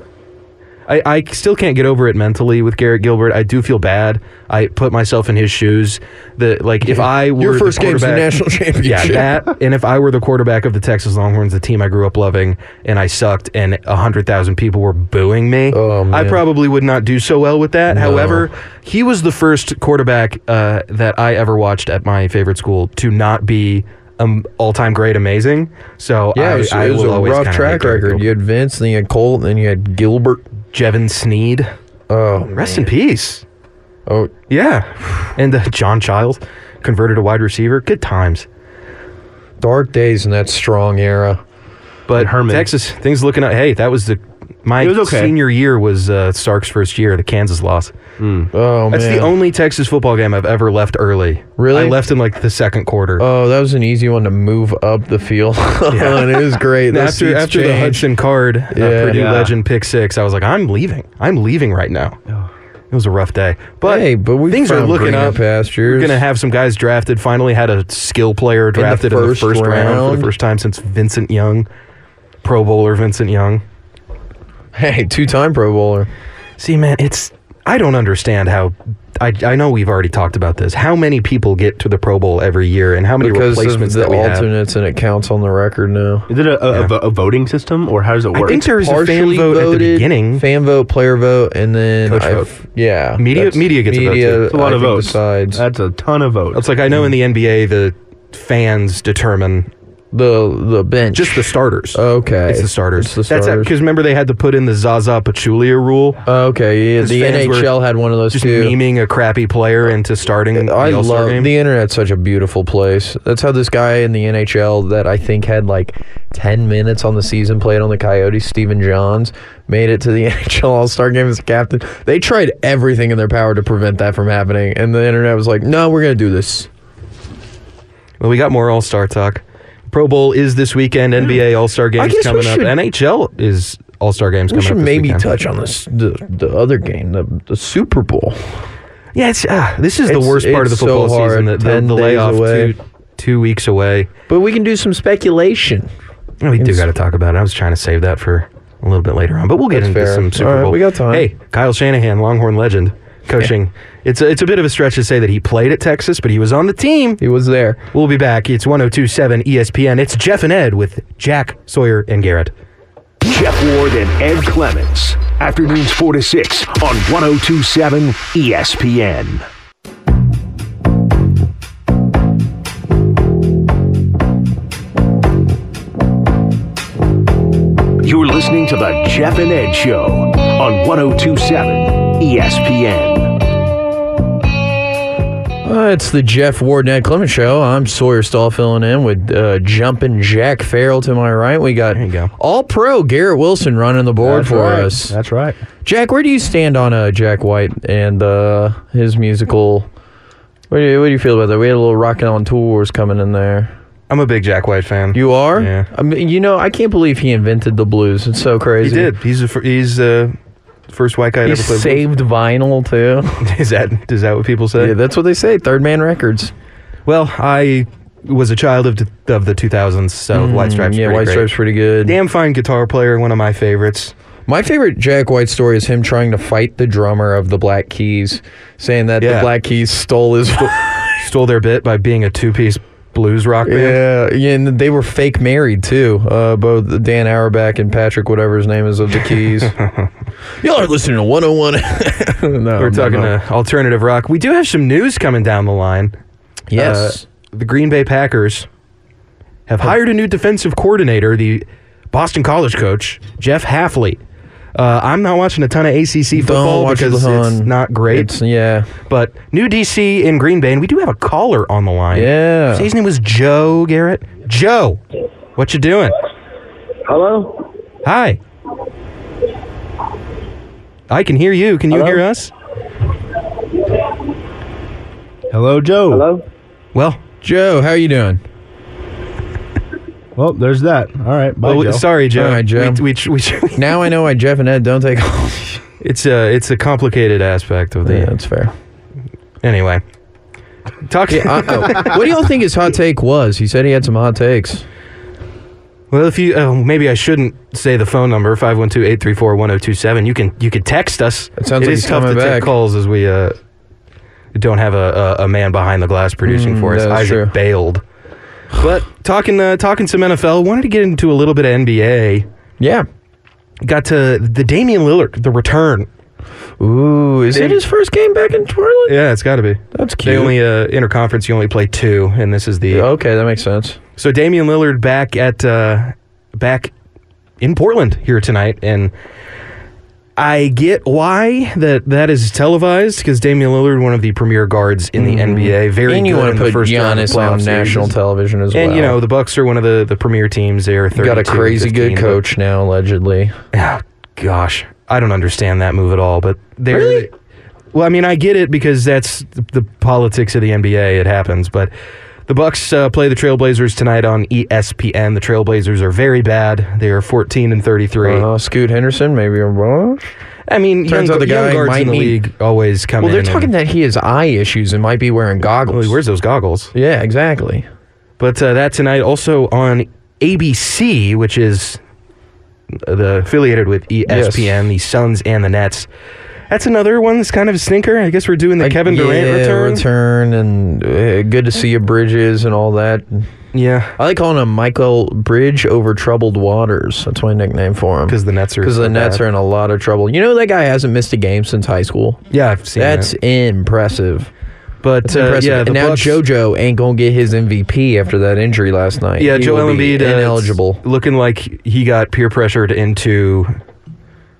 [SPEAKER 2] I, I still can't get over it mentally with Garrett Gilbert. I do feel bad. I put myself in his shoes. The like if I were
[SPEAKER 3] Your first
[SPEAKER 2] the
[SPEAKER 3] game's the
[SPEAKER 2] quarterback-
[SPEAKER 3] national
[SPEAKER 2] yeah,
[SPEAKER 3] championship.
[SPEAKER 2] that and if I were the quarterback of the Texas Longhorns, the team I grew up loving, and I sucked, and hundred thousand people were booing me,
[SPEAKER 3] Oh, man.
[SPEAKER 2] I probably would not do so well with that. However, he was the first quarterback uh, that I ever watched at my favorite school to not be um, all-time great, amazing. So
[SPEAKER 3] Yeah,
[SPEAKER 2] I,
[SPEAKER 3] it was,
[SPEAKER 2] I
[SPEAKER 3] it was
[SPEAKER 2] will
[SPEAKER 3] a
[SPEAKER 2] always
[SPEAKER 3] rough
[SPEAKER 2] kinda
[SPEAKER 3] track
[SPEAKER 2] hate Gary
[SPEAKER 3] record.
[SPEAKER 2] Gilbert.
[SPEAKER 3] You had Vince, then you had Colt, then you had Gilbert.
[SPEAKER 2] Jevin Sneed.
[SPEAKER 3] Oh,
[SPEAKER 2] Rest in peace.
[SPEAKER 3] oh,
[SPEAKER 2] Yeah, and uh, John Child converted to wide receiver. Good times.
[SPEAKER 3] dark days in that strong era.
[SPEAKER 2] But
[SPEAKER 4] And Herman.
[SPEAKER 2] Texas, things looking up. Hey, that was the my
[SPEAKER 4] It was okay.
[SPEAKER 2] senior year was uh, Stark's first year, the Kansas loss.
[SPEAKER 3] Oh
[SPEAKER 2] That's
[SPEAKER 3] man,
[SPEAKER 2] the only Texas football game I've ever left early.
[SPEAKER 3] Really?
[SPEAKER 2] I left in like the second quarter.
[SPEAKER 3] oh that was an easy one to move up the field. and it was great.
[SPEAKER 2] Now,
[SPEAKER 3] Those
[SPEAKER 2] after
[SPEAKER 3] seats
[SPEAKER 2] after the
[SPEAKER 3] changed.
[SPEAKER 2] Hudson card, uh,
[SPEAKER 3] Yeah.
[SPEAKER 2] Purdue
[SPEAKER 4] Yeah.
[SPEAKER 2] legend pick six, I was like, I'm leaving. I'm leaving right now. It was a rough day, but
[SPEAKER 3] Hey, but we
[SPEAKER 2] things are
[SPEAKER 3] found
[SPEAKER 2] looking
[SPEAKER 3] greener
[SPEAKER 2] up. We're
[SPEAKER 3] pastures.
[SPEAKER 2] gonna have some guys drafted. Finally, had a skill player drafted in the
[SPEAKER 3] first
[SPEAKER 2] first, round. for
[SPEAKER 3] round.
[SPEAKER 2] the first time since Vincent Young, Pro Bowler Vincent Young.
[SPEAKER 3] Hey, two-time Pro Bowler.
[SPEAKER 2] See, man, it's I don't understand how. I, I know we've already talked about this. How many people get to the Pro Bowl every year, and how many
[SPEAKER 3] Because of
[SPEAKER 2] replacements
[SPEAKER 3] the
[SPEAKER 2] that we have?
[SPEAKER 3] alternates, and it counts on the record now.
[SPEAKER 4] Is it a, a, a, a voting system or how does it
[SPEAKER 2] I
[SPEAKER 4] work?
[SPEAKER 2] think there is a fan
[SPEAKER 3] Partially
[SPEAKER 2] vote at
[SPEAKER 3] voted,
[SPEAKER 2] the beginning.
[SPEAKER 3] fan vote, player vote, and then
[SPEAKER 2] Coach
[SPEAKER 3] I-
[SPEAKER 2] vote.
[SPEAKER 3] Yeah,
[SPEAKER 2] Media-
[SPEAKER 3] that's-
[SPEAKER 2] media gets a vote,
[SPEAKER 3] media,
[SPEAKER 2] too.
[SPEAKER 4] That's a lot
[SPEAKER 3] I
[SPEAKER 4] of
[SPEAKER 3] think,
[SPEAKER 4] votes.
[SPEAKER 3] Besides
[SPEAKER 4] That's a ton of votes.
[SPEAKER 2] It's like I know in the NBA the fans determine
[SPEAKER 3] the the bench,
[SPEAKER 2] just the starters.
[SPEAKER 3] okay,
[SPEAKER 2] It's the starters.
[SPEAKER 3] It's the
[SPEAKER 2] That's
[SPEAKER 3] starters.
[SPEAKER 2] because remember they had to put in the Zaza Pachulia rule,
[SPEAKER 3] Oh, okay, yeah,
[SPEAKER 2] 'Cause
[SPEAKER 3] the
[SPEAKER 2] fans were
[SPEAKER 3] NHL had one of those
[SPEAKER 2] just
[SPEAKER 3] too.
[SPEAKER 2] memeing a crappy player into starting the
[SPEAKER 3] I
[SPEAKER 2] All-Star
[SPEAKER 3] love
[SPEAKER 2] game.
[SPEAKER 3] the internet's such a beautiful place. That's how this guy in the NHL that I think had like ten minutes on the season played on the Coyotes, Steven Johns, made it to the NHL All Star game as a captain. They tried everything in their power to prevent that from happening, and the internet was like, "No, we're gonna do this."
[SPEAKER 2] Well, we got more All Star talk. Pro Bowl is this weekend. NBA All Star games
[SPEAKER 3] guess we
[SPEAKER 2] coming up.
[SPEAKER 3] should-
[SPEAKER 2] NHL is All Star games
[SPEAKER 3] We
[SPEAKER 2] coming up.
[SPEAKER 3] should
[SPEAKER 2] this
[SPEAKER 3] maybe
[SPEAKER 2] weekend.
[SPEAKER 3] touch on this the, the other game, the, the Super Bowl.
[SPEAKER 2] Yeah, it's, ah, this is the
[SPEAKER 3] It's-
[SPEAKER 2] worst part of the
[SPEAKER 3] it's so
[SPEAKER 2] football
[SPEAKER 3] hard.
[SPEAKER 2] season. The, the,
[SPEAKER 3] 10
[SPEAKER 2] the
[SPEAKER 3] days
[SPEAKER 2] layoff
[SPEAKER 3] away.
[SPEAKER 2] two two weeks away.
[SPEAKER 3] But we can do some speculation.
[SPEAKER 2] No, we do
[SPEAKER 3] It's-
[SPEAKER 2] got to talk about it. I was trying to save that for a little bit later on, but we'll get
[SPEAKER 3] That's
[SPEAKER 2] into
[SPEAKER 3] fair.
[SPEAKER 2] some Super
[SPEAKER 3] All right,
[SPEAKER 2] Bowl.
[SPEAKER 3] we got time.
[SPEAKER 2] Hey, Kyle Shanahan, Longhorn legend, coaching. It's a, it's a bit of a stretch to say that he played at Texas, but he was on the team.
[SPEAKER 3] He was there.
[SPEAKER 2] We'll be back. It's 1027 ESPN. It's Jeff and Ed with Jack Sawyer and Garrett.
[SPEAKER 1] Jeff Ward and Ed Clements. Afternoons 4 to 6 on 1027 ESPN. You're listening to the Jeff and Ed Show on 1027 ESPN.
[SPEAKER 3] Uh, it's the Jeff Ward and Ed Clement Show. I'm Sawyer Stahl filling in with uh, jumping Jack Farrell to my right. We got
[SPEAKER 2] There you go.
[SPEAKER 3] all pro Garrett Wilson running the board for us.
[SPEAKER 4] That's right.
[SPEAKER 3] Jack, where do you stand on uh, Jack White and uh, his musical? What do, you, what do you feel about that? We had a little Rockin' on Tours coming in there.
[SPEAKER 2] I'm a big Jack White fan.
[SPEAKER 3] You are?
[SPEAKER 2] Yeah.
[SPEAKER 3] I mean, you know, I can't believe he invented the blues. It's so crazy.
[SPEAKER 2] He did. He's the fir- he's the first white guy
[SPEAKER 3] He
[SPEAKER 2] to ever play.
[SPEAKER 3] saved vinyl too.
[SPEAKER 2] blues. Is that is that what people say?
[SPEAKER 3] yeah, that's what they say. Third Man Records.
[SPEAKER 2] Well, I was a child of the, of the 2000s, so
[SPEAKER 4] Mm,
[SPEAKER 2] White Stripes.
[SPEAKER 3] Mm, yeah,
[SPEAKER 2] pretty
[SPEAKER 3] White
[SPEAKER 2] great.
[SPEAKER 3] Stripes pretty good.
[SPEAKER 2] Damn fine guitar player, one of my favorites.
[SPEAKER 3] My favorite Jack White story is him trying to fight the drummer of the Black Keys, saying that
[SPEAKER 2] Yeah.
[SPEAKER 3] the Black Keys stole his.
[SPEAKER 2] Stole their bit by being a two piece blues rock band.
[SPEAKER 3] yeah, yeah, and they were fake married too. Uh, both Dan Auerbach and Patrick, whatever his name is, of the Keys. Y'all are listening to 101. no,
[SPEAKER 2] We're talking uh, alternative rock. We do have some news coming down the line.
[SPEAKER 3] yes.
[SPEAKER 2] Uh, the Green Bay Packers
[SPEAKER 3] Oh.
[SPEAKER 2] have hired a new defensive coordinator, the Boston College coach, Jeff Halfley. Uh, I'm not watching a ton of ACC football
[SPEAKER 3] Don't watch
[SPEAKER 2] because
[SPEAKER 3] the
[SPEAKER 2] it's
[SPEAKER 3] Hun.
[SPEAKER 2] not great.
[SPEAKER 3] It's- yeah.
[SPEAKER 2] But new DC in Green Bay, and we do have a caller on the line.
[SPEAKER 3] Yeah.
[SPEAKER 2] Say his name was Joe Garrett. Joe, what you doing?
[SPEAKER 5] Hello?
[SPEAKER 2] Hi. I can hear you. Can you hear us?
[SPEAKER 4] Hello, Joe.
[SPEAKER 5] Hello?
[SPEAKER 2] Well,
[SPEAKER 3] Joe, how you doing?
[SPEAKER 4] Well, there's that. All right. Bye,
[SPEAKER 2] well we-
[SPEAKER 4] Joe.
[SPEAKER 2] sorry, Joe.
[SPEAKER 3] All right, Joe.
[SPEAKER 2] We, we, we-
[SPEAKER 3] Now I know why Jeff and Ed don't take all.
[SPEAKER 2] it's a it's a complicated aspect of the.
[SPEAKER 3] yeah, that's fair.
[SPEAKER 2] Anyway, talk.
[SPEAKER 3] Uh-oh. oh, what do y'all think his hot take was? He said he had some hot takes.
[SPEAKER 2] Well, if you oh, maybe I shouldn't say the phone number 512-834-1027. You can you could text us.
[SPEAKER 3] It sounds like
[SPEAKER 2] is
[SPEAKER 3] he's
[SPEAKER 2] tough
[SPEAKER 3] coming
[SPEAKER 2] to
[SPEAKER 3] back.
[SPEAKER 2] take calls as we uh, don't have a, a, a man behind the glass producing for us.
[SPEAKER 3] Mm, that is
[SPEAKER 2] Isaac
[SPEAKER 3] true.
[SPEAKER 2] bailed. But talking uh, talking some NFL, wanted to get into a little bit of NBA.
[SPEAKER 3] Yeah.
[SPEAKER 2] Got to the Damian Lillard, the return.
[SPEAKER 3] Ooh, is
[SPEAKER 2] They-
[SPEAKER 3] it his first game back in Portland?
[SPEAKER 2] Yeah, it's got to be.
[SPEAKER 3] That's cute.
[SPEAKER 2] They only uh, interconference. You only play two, and this is the
[SPEAKER 3] Okay, that makes sense.
[SPEAKER 2] So Damian Lillard back at uh, back in Portland here tonight, and I get why that that is televised because Damian Lillard, one of the premier guards in the NBA, very
[SPEAKER 3] Mm-hmm. and you
[SPEAKER 2] good
[SPEAKER 3] want
[SPEAKER 2] in
[SPEAKER 3] to
[SPEAKER 2] the
[SPEAKER 3] put
[SPEAKER 2] first round of
[SPEAKER 3] Giannis on
[SPEAKER 2] playoff
[SPEAKER 3] national
[SPEAKER 2] series.
[SPEAKER 3] television as
[SPEAKER 2] And
[SPEAKER 3] well.
[SPEAKER 2] you know the Bucks are one of the the premier teams. They are
[SPEAKER 3] You got a
[SPEAKER 2] 32 and
[SPEAKER 3] crazy good
[SPEAKER 2] 15, but-
[SPEAKER 3] coach now, allegedly.
[SPEAKER 2] Ah, gosh, I don't understand that move at all. But they're,
[SPEAKER 3] Really?
[SPEAKER 2] well, I mean, I get it because that's the, the politics of the NBA. It happens, but the Bucks uh, play the Trailblazers tonight on E ESPN. The Trailblazers are very bad. They are fourteen and thirty-three.
[SPEAKER 3] Uh, Scoot Henderson, maybe I'm wrong.
[SPEAKER 2] I mean,
[SPEAKER 3] Turns
[SPEAKER 2] young,
[SPEAKER 3] out the
[SPEAKER 2] young
[SPEAKER 3] guy
[SPEAKER 2] guards
[SPEAKER 3] might
[SPEAKER 2] in the
[SPEAKER 3] need-
[SPEAKER 2] league always come
[SPEAKER 3] Well,
[SPEAKER 2] in.
[SPEAKER 3] they're talking
[SPEAKER 2] and,
[SPEAKER 3] that he has eye issues and might be wearing
[SPEAKER 2] Well,
[SPEAKER 3] goggles.
[SPEAKER 2] he wears those goggles.
[SPEAKER 3] yeah, exactly.
[SPEAKER 2] But uh, that tonight also on ABC, which is uh, the affiliated with E ESPN, the Suns and the Nets. That's another one that's kind of a stinker. I guess we're doing the
[SPEAKER 3] Like,
[SPEAKER 2] Kevin Durant
[SPEAKER 3] yeah,
[SPEAKER 2] return.
[SPEAKER 3] return and uh, good to see you, Bridges, and all that.
[SPEAKER 2] Yeah,
[SPEAKER 3] I like calling him Michael Bridge over troubled waters. That's my nickname for him.
[SPEAKER 2] because the Nets are
[SPEAKER 3] Because
[SPEAKER 2] so
[SPEAKER 3] the Nets
[SPEAKER 2] bad.
[SPEAKER 3] are in a lot of trouble. You know that guy hasn't missed a game since high school.
[SPEAKER 2] Yeah, I've seen
[SPEAKER 3] That's
[SPEAKER 2] that.
[SPEAKER 3] impressive.
[SPEAKER 2] But
[SPEAKER 3] That's
[SPEAKER 2] uh,
[SPEAKER 3] impressive.
[SPEAKER 2] yeah, the
[SPEAKER 3] and now
[SPEAKER 2] Bucks-
[SPEAKER 3] JoJo ain't gonna get his MVP after that injury last night.
[SPEAKER 2] Yeah,
[SPEAKER 3] He
[SPEAKER 2] Joel
[SPEAKER 3] will be
[SPEAKER 2] Embiid uh,
[SPEAKER 3] ineligible.
[SPEAKER 2] looking like he got peer pressured into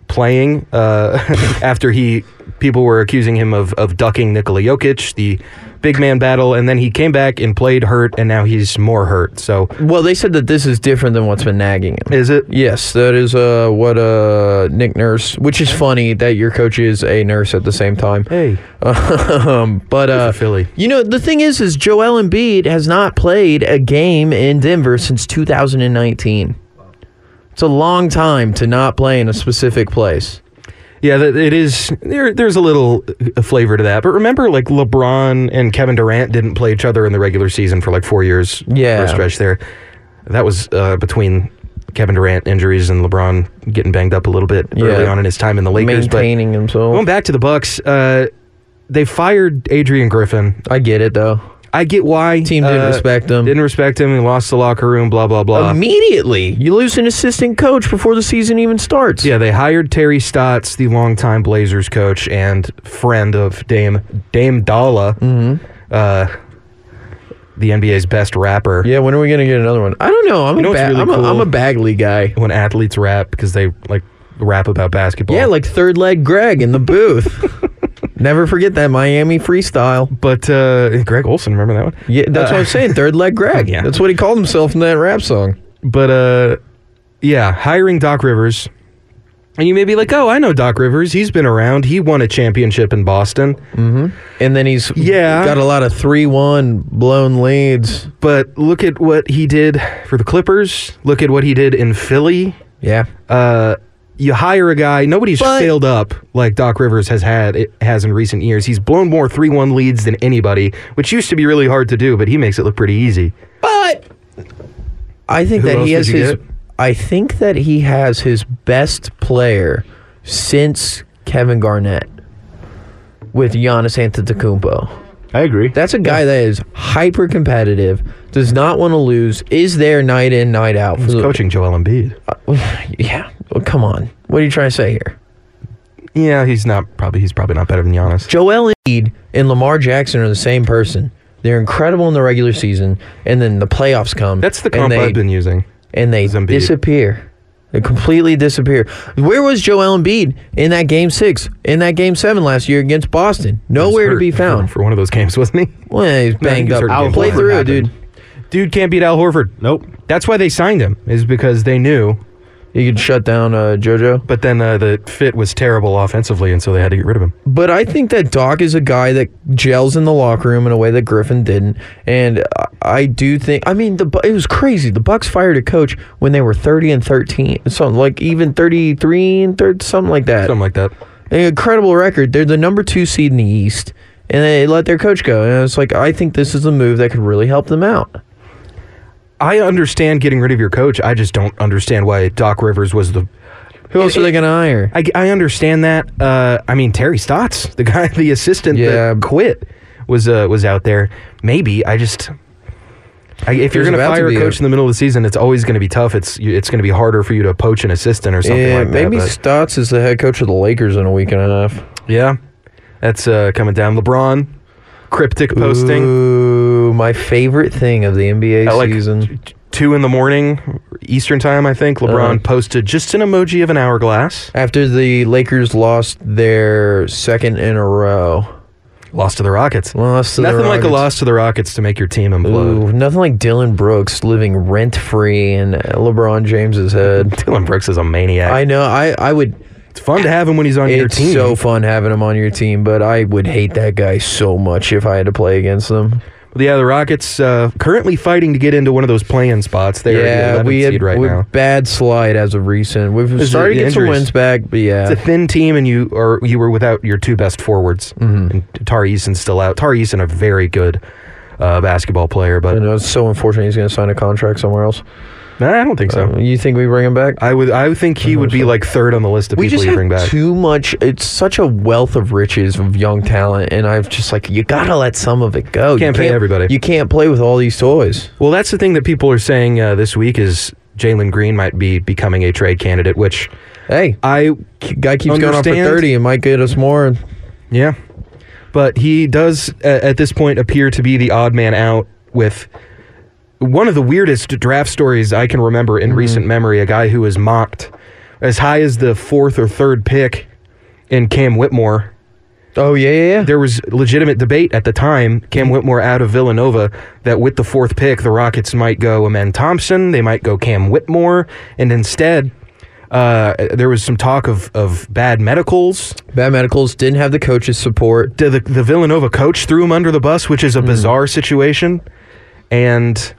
[SPEAKER 2] playing uh, after he people were accusing him of of ducking Nikola Jokic, the big man battle, and then he came back and played hurt, and now he's more hurt. So
[SPEAKER 3] Well, they said that this is different than what's been nagging him.
[SPEAKER 2] is it?
[SPEAKER 3] Yes, that is uh, what uh, Nick Nurse, which is funny that your coach is a nurse at the same time.
[SPEAKER 2] Hey,
[SPEAKER 3] um, but uh,
[SPEAKER 2] Philly.
[SPEAKER 3] you know the thing is, is Joel Embiid has not played a game in Denver since 2019. It's a long time to not play in a specific place.
[SPEAKER 2] yeah, that, it is. There, there's a little uh, flavor to that. But remember, like LeBron and Kevin Durant didn't play each other in the regular season for like four years.
[SPEAKER 3] Yeah.
[SPEAKER 2] for a stretch there. That was uh, between Kevin Durant injuries and LeBron getting banged up a little bit early
[SPEAKER 3] Yeah.
[SPEAKER 2] on in his time in the Lakers. but-
[SPEAKER 3] Maintaining himself.
[SPEAKER 2] Going back to the Bucks, uh, they fired Adrian Griffin.
[SPEAKER 3] I get it though.
[SPEAKER 2] I get why
[SPEAKER 3] Team didn't
[SPEAKER 2] uh,
[SPEAKER 3] respect him.
[SPEAKER 2] Didn't respect him. He lost the locker room. Blah blah blah.
[SPEAKER 3] Immediately, you lose an assistant coach before the season even starts.
[SPEAKER 2] yeah, they hired Terry Stotts, the longtime Blazers coach and friend of Dame Dame Dalla,
[SPEAKER 3] Mm-hmm.
[SPEAKER 2] uh, the NBA's best rapper.
[SPEAKER 3] Yeah, when are we gonna get another one? I don't know. I'm
[SPEAKER 2] You know
[SPEAKER 3] a,
[SPEAKER 2] what's
[SPEAKER 3] ba-
[SPEAKER 2] really
[SPEAKER 3] I'm,
[SPEAKER 2] cool?
[SPEAKER 3] a I'm a Bagley guy.
[SPEAKER 2] When athletes rap because they like rap about basketball.
[SPEAKER 3] Yeah, like third leg Greg in the booth. Never forget that Miami freestyle.
[SPEAKER 2] But uh, Greg Olson, remember that one? Uh,
[SPEAKER 3] Yeah, that's what I'm saying. Third leg Greg.
[SPEAKER 2] Yeah.
[SPEAKER 3] That's what he called himself in that rap song.
[SPEAKER 2] But uh, yeah, hiring Doc Rivers, and you may be like, "Oh, I know Doc Rivers. He's been around. He won a championship in Boston."
[SPEAKER 3] Mm. And then he's
[SPEAKER 2] Yeah.
[SPEAKER 3] got a lot of three one blown leads.
[SPEAKER 2] But look at what he did for the Clippers. Look at what he did in Philly.
[SPEAKER 3] Yeah.
[SPEAKER 2] Uh, you hire a guy. Nobody's
[SPEAKER 3] But-
[SPEAKER 2] failed up like Doc Rivers has had it has in recent years. He's blown more three one leads than anybody, which used to be really hard to do, but he makes it look pretty easy.
[SPEAKER 3] But I think
[SPEAKER 2] Who
[SPEAKER 3] that
[SPEAKER 2] else
[SPEAKER 3] he
[SPEAKER 2] did
[SPEAKER 3] has
[SPEAKER 2] you
[SPEAKER 3] his
[SPEAKER 2] get?
[SPEAKER 3] I think that he has his best player since Kevin Garnett with Giannis Antetokounmpo.
[SPEAKER 4] I agree.
[SPEAKER 3] That's a guy that is hyper competitive, does not want to lose, is there night in, night out. For
[SPEAKER 2] He's
[SPEAKER 3] the,
[SPEAKER 2] coaching Joel Embiid. Uh,
[SPEAKER 3] yeah. Well, come on. What are you trying to say here?
[SPEAKER 2] Yeah, he's not probably he's probably not better than Giannis.
[SPEAKER 3] Joel Embiid and Lamar Jackson are the same person. They're incredible in the regular season, and then the playoffs come.
[SPEAKER 2] That's the
[SPEAKER 3] and
[SPEAKER 2] comp
[SPEAKER 3] they-
[SPEAKER 2] I've been using.
[SPEAKER 3] and they
[SPEAKER 2] Is Embiid.
[SPEAKER 3] disappear. They completely disappear. Where was Joel Embiid in that game six, in that game seven last year against Boston? Nowhere to
[SPEAKER 2] hurt
[SPEAKER 3] be
[SPEAKER 2] for-
[SPEAKER 3] found.
[SPEAKER 2] For, one of those games, wasn't he?
[SPEAKER 3] Well, he's
[SPEAKER 2] No, I think
[SPEAKER 3] banged
[SPEAKER 2] it's hurt
[SPEAKER 3] up.
[SPEAKER 2] game
[SPEAKER 3] Play
[SPEAKER 2] one.
[SPEAKER 3] through it,
[SPEAKER 2] Happened.
[SPEAKER 3] dude.
[SPEAKER 2] Dude can't beat Al Horford.
[SPEAKER 4] Nope.
[SPEAKER 2] That's why they signed him, is because they knew.
[SPEAKER 3] You could shut down uh, JoJo.
[SPEAKER 2] But then uh, the fit was terrible offensively, and so they had to get rid of him.
[SPEAKER 3] But I think that Doc is a guy that gels in the locker room in a way that Griffin didn't, and I- I do think. I mean, the Bu- it was crazy. The Bucks fired a coach when they were thirty and thirteen, something like even thirty three and third, something like that.
[SPEAKER 2] Something like that.
[SPEAKER 3] An incredible record. They're the number two seed in the East, and they let their coach go. And it's like I think this is a move that could really help them out.
[SPEAKER 2] I understand getting rid of your coach. I just don't understand why Doc Rivers was the.
[SPEAKER 3] Who else are they going to hire?
[SPEAKER 2] I, I understand that. Uh, I mean, Terry Stotts, the guy, the assistant
[SPEAKER 3] Yeah.
[SPEAKER 2] that quit, was uh, was out there. Maybe I just I, if you're
[SPEAKER 3] There's
[SPEAKER 2] going to
[SPEAKER 3] about to
[SPEAKER 2] fire a
[SPEAKER 3] be a-
[SPEAKER 2] coach in the middle of the season, it's always going to be tough. It's you- it's going to be harder for you to poach an assistant or something
[SPEAKER 3] yeah,
[SPEAKER 2] like that.
[SPEAKER 3] maybe
[SPEAKER 2] but-
[SPEAKER 3] Stotts is the head coach of the Lakers in a week and a half.
[SPEAKER 2] yeah, that's uh, coming down. LeBron, cryptic posting.
[SPEAKER 3] Ooh, my favorite thing of the NBA
[SPEAKER 2] at like
[SPEAKER 3] season.
[SPEAKER 2] t- two in the morning Eastern time, I think. LeBron
[SPEAKER 3] Uh-huh.
[SPEAKER 2] posted just an emoji of an hourglass,
[SPEAKER 3] After the Lakers lost their second in a row,
[SPEAKER 2] lost to the Rockets.
[SPEAKER 3] lost to the
[SPEAKER 2] Nothing like a
[SPEAKER 3] Rockets.
[SPEAKER 2] loss to the Rockets to make your team implode.
[SPEAKER 3] Ooh, nothing like Dylan Brooks living rent free in LeBron James's head.
[SPEAKER 2] Dylan Brooks is a maniac.
[SPEAKER 3] I know. I I would.
[SPEAKER 2] it's fun to have him when he's on your
[SPEAKER 3] It's
[SPEAKER 2] team.
[SPEAKER 3] so fun having him on your team, but I would hate that guy so much if I had to play against them.
[SPEAKER 2] But yeah, the Rockets uh, currently fighting to get into one of those play-in spots. They're yeah, the
[SPEAKER 3] yeah,
[SPEAKER 2] 11th
[SPEAKER 3] we had
[SPEAKER 2] seed right
[SPEAKER 3] we-
[SPEAKER 2] now.
[SPEAKER 3] bad slide as of recent. We've
[SPEAKER 2] Is
[SPEAKER 3] started to
[SPEAKER 2] it
[SPEAKER 3] get some
[SPEAKER 2] injuries?
[SPEAKER 3] wins back, but yeah,
[SPEAKER 2] It's a thin team, and you are you were without your two best forwards. And Tari Eason's still out. Tari Eason, a very good uh, basketball player, but
[SPEAKER 3] you know, it's so unfortunate he's going to sign a contract somewhere else.
[SPEAKER 2] Nah, I don't think so.
[SPEAKER 3] Uh, you think we bring him back?
[SPEAKER 2] I would. I would think he would be like third on the list of
[SPEAKER 3] we
[SPEAKER 2] people
[SPEAKER 3] just
[SPEAKER 2] you
[SPEAKER 3] have
[SPEAKER 2] bring back.
[SPEAKER 3] too much. It's such a wealth of riches of young talent, and I've just like you gotta let some of it go. You
[SPEAKER 2] Can't pay everybody.
[SPEAKER 3] You can't play with all these toys.
[SPEAKER 2] well, that's the thing that people are saying uh, this week is Jalen Green might be becoming a trade candidate, which
[SPEAKER 3] Hey,
[SPEAKER 2] I
[SPEAKER 3] guy keeps going on for
[SPEAKER 2] understand.
[SPEAKER 3] thirty and might get us more.
[SPEAKER 2] yeah, but he does uh, at this point appear to be the odd man out with one of the weirdest draft stories I can remember in recent memory. A guy who was mocked as high as the fourth or third pick in Cam Whitmore.
[SPEAKER 3] Oh yeah, yeah, yeah.
[SPEAKER 2] there was legitimate debate at the time, Cam Whitmore out of Villanova, that with the fourth pick, the Rockets might go Amen Thompson, they might go Cam Whitmore, and instead, uh, there was some talk of, of bad medicals.
[SPEAKER 3] Bad medicals didn't have the coach's support.
[SPEAKER 2] The, the, the Villanova coach threw him under the bus, which is
[SPEAKER 3] Mm-hmm.
[SPEAKER 2] a bizarre situation. And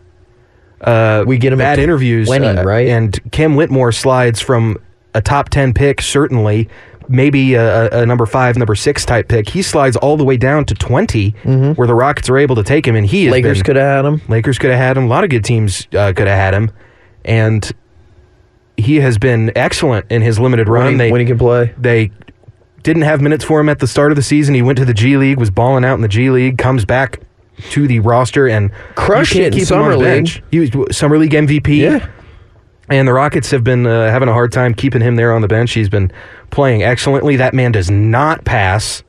[SPEAKER 2] uh,
[SPEAKER 3] We get him
[SPEAKER 2] bad
[SPEAKER 3] at
[SPEAKER 2] interviews, uh,
[SPEAKER 3] 20, right?
[SPEAKER 2] And Cam Whitmore slides from a top ten pick, certainly, maybe a, a- a number five, number six type pick. He slides all the way down to 20 where the Rockets are able to take him, and he has
[SPEAKER 3] Mm-hmm. Lakers
[SPEAKER 2] been-
[SPEAKER 3] could have had him.
[SPEAKER 2] Lakers could have had him. A lot of good teams uh, could have had him, and he has been excellent in his limited run.
[SPEAKER 3] When
[SPEAKER 2] they
[SPEAKER 3] he, when he can play.
[SPEAKER 2] they didn't have minutes for him at the start of the season. He went to the G League, was balling out in the G League, comes back to the roster and
[SPEAKER 3] Crushed
[SPEAKER 2] you
[SPEAKER 3] it
[SPEAKER 2] can't
[SPEAKER 3] in
[SPEAKER 2] keep him on
[SPEAKER 3] Summer
[SPEAKER 2] a
[SPEAKER 3] League.
[SPEAKER 2] bench. He was summer league MVP.
[SPEAKER 3] Yeah.
[SPEAKER 2] And the Rockets have been uh, having a hard time keeping him there on the bench. He's been playing excellently. That man does not pass.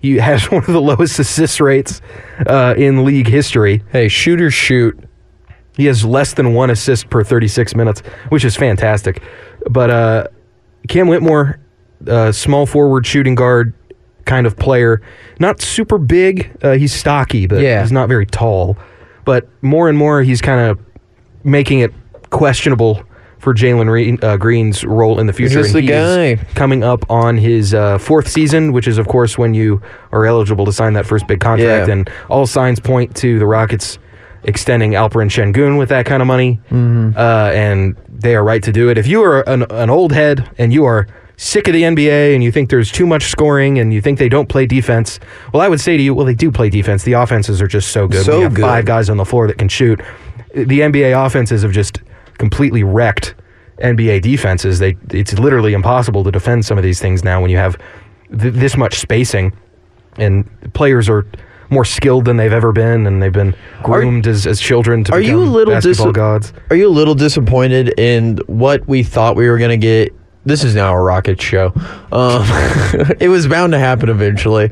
[SPEAKER 2] He has one of the lowest assist rates uh, in league history.
[SPEAKER 3] Hey, shoot or shoot.
[SPEAKER 2] He has less than one assist per 36 minutes, which is fantastic. But uh, Cam Whitmore, uh, small forward, shooting guard kind of player, not super big. Uh, he's stocky, but
[SPEAKER 3] Yeah.
[SPEAKER 2] he's not very tall. But more and more, he's kind of making it questionable for Jalen Re- uh, Green's role in the future.
[SPEAKER 3] this
[SPEAKER 2] and
[SPEAKER 3] the
[SPEAKER 2] he is
[SPEAKER 3] guy?
[SPEAKER 2] coming up on his uh, fourth season, which is, of course, when you are eligible to sign that first big contract.
[SPEAKER 3] Yeah.
[SPEAKER 2] And all signs point to the Rockets extending Alperin Shengun with that kind of money, uh, and they are right to do it. If you are an, an old head and you are sick of the NBA and you think there's too much scoring and you think they don't play defense, well, I would say to you, well, they do play defense. The offenses are just so good.
[SPEAKER 3] So
[SPEAKER 2] we have
[SPEAKER 3] good.
[SPEAKER 2] five guys on the floor that can shoot. The NBA offenses have just completely wrecked NBA defenses. They it's literally impossible to defend some of these things now when you have th- this much spacing and players are more skilled than they've ever been, and they've been groomed as, as children to
[SPEAKER 3] Are
[SPEAKER 2] become
[SPEAKER 3] you a little
[SPEAKER 2] basketball
[SPEAKER 3] dis-
[SPEAKER 2] gods.
[SPEAKER 3] Are you a little disappointed in what we thought we were going to get? This is now a rocket show. Um, it was bound to happen eventually.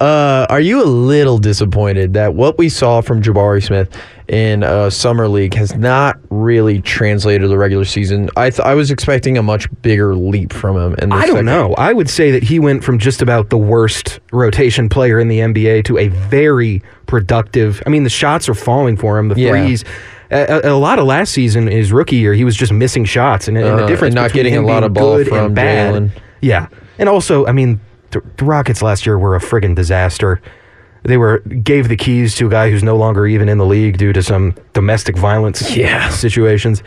[SPEAKER 3] Uh, are you a little disappointed that what we saw from Jabari Smith in uh, summer league has not really translated to the regular season? I th- I was expecting a much bigger leap from him. In the
[SPEAKER 2] I
[SPEAKER 3] second-
[SPEAKER 2] don't know. I would say that he went from just about the worst rotation player in the NBA to a very productive. I mean, the shots are falling for him. The
[SPEAKER 3] Yeah.
[SPEAKER 2] threes. A, a- a lot of last season, his rookie year, he was just missing shots, and, and
[SPEAKER 3] Uh,
[SPEAKER 2] the
[SPEAKER 3] and
[SPEAKER 2] difference
[SPEAKER 3] not
[SPEAKER 2] between
[SPEAKER 3] getting a
[SPEAKER 2] him
[SPEAKER 3] lot
[SPEAKER 2] being
[SPEAKER 3] of ball
[SPEAKER 2] good
[SPEAKER 3] from
[SPEAKER 2] and bad.
[SPEAKER 3] Jalen.
[SPEAKER 2] Yeah, and also, I mean, the, the Rockets last year were a friggin' disaster. They were gave the keys to a guy who's no longer even in the league due to some domestic violence
[SPEAKER 3] Yeah.
[SPEAKER 2] situations.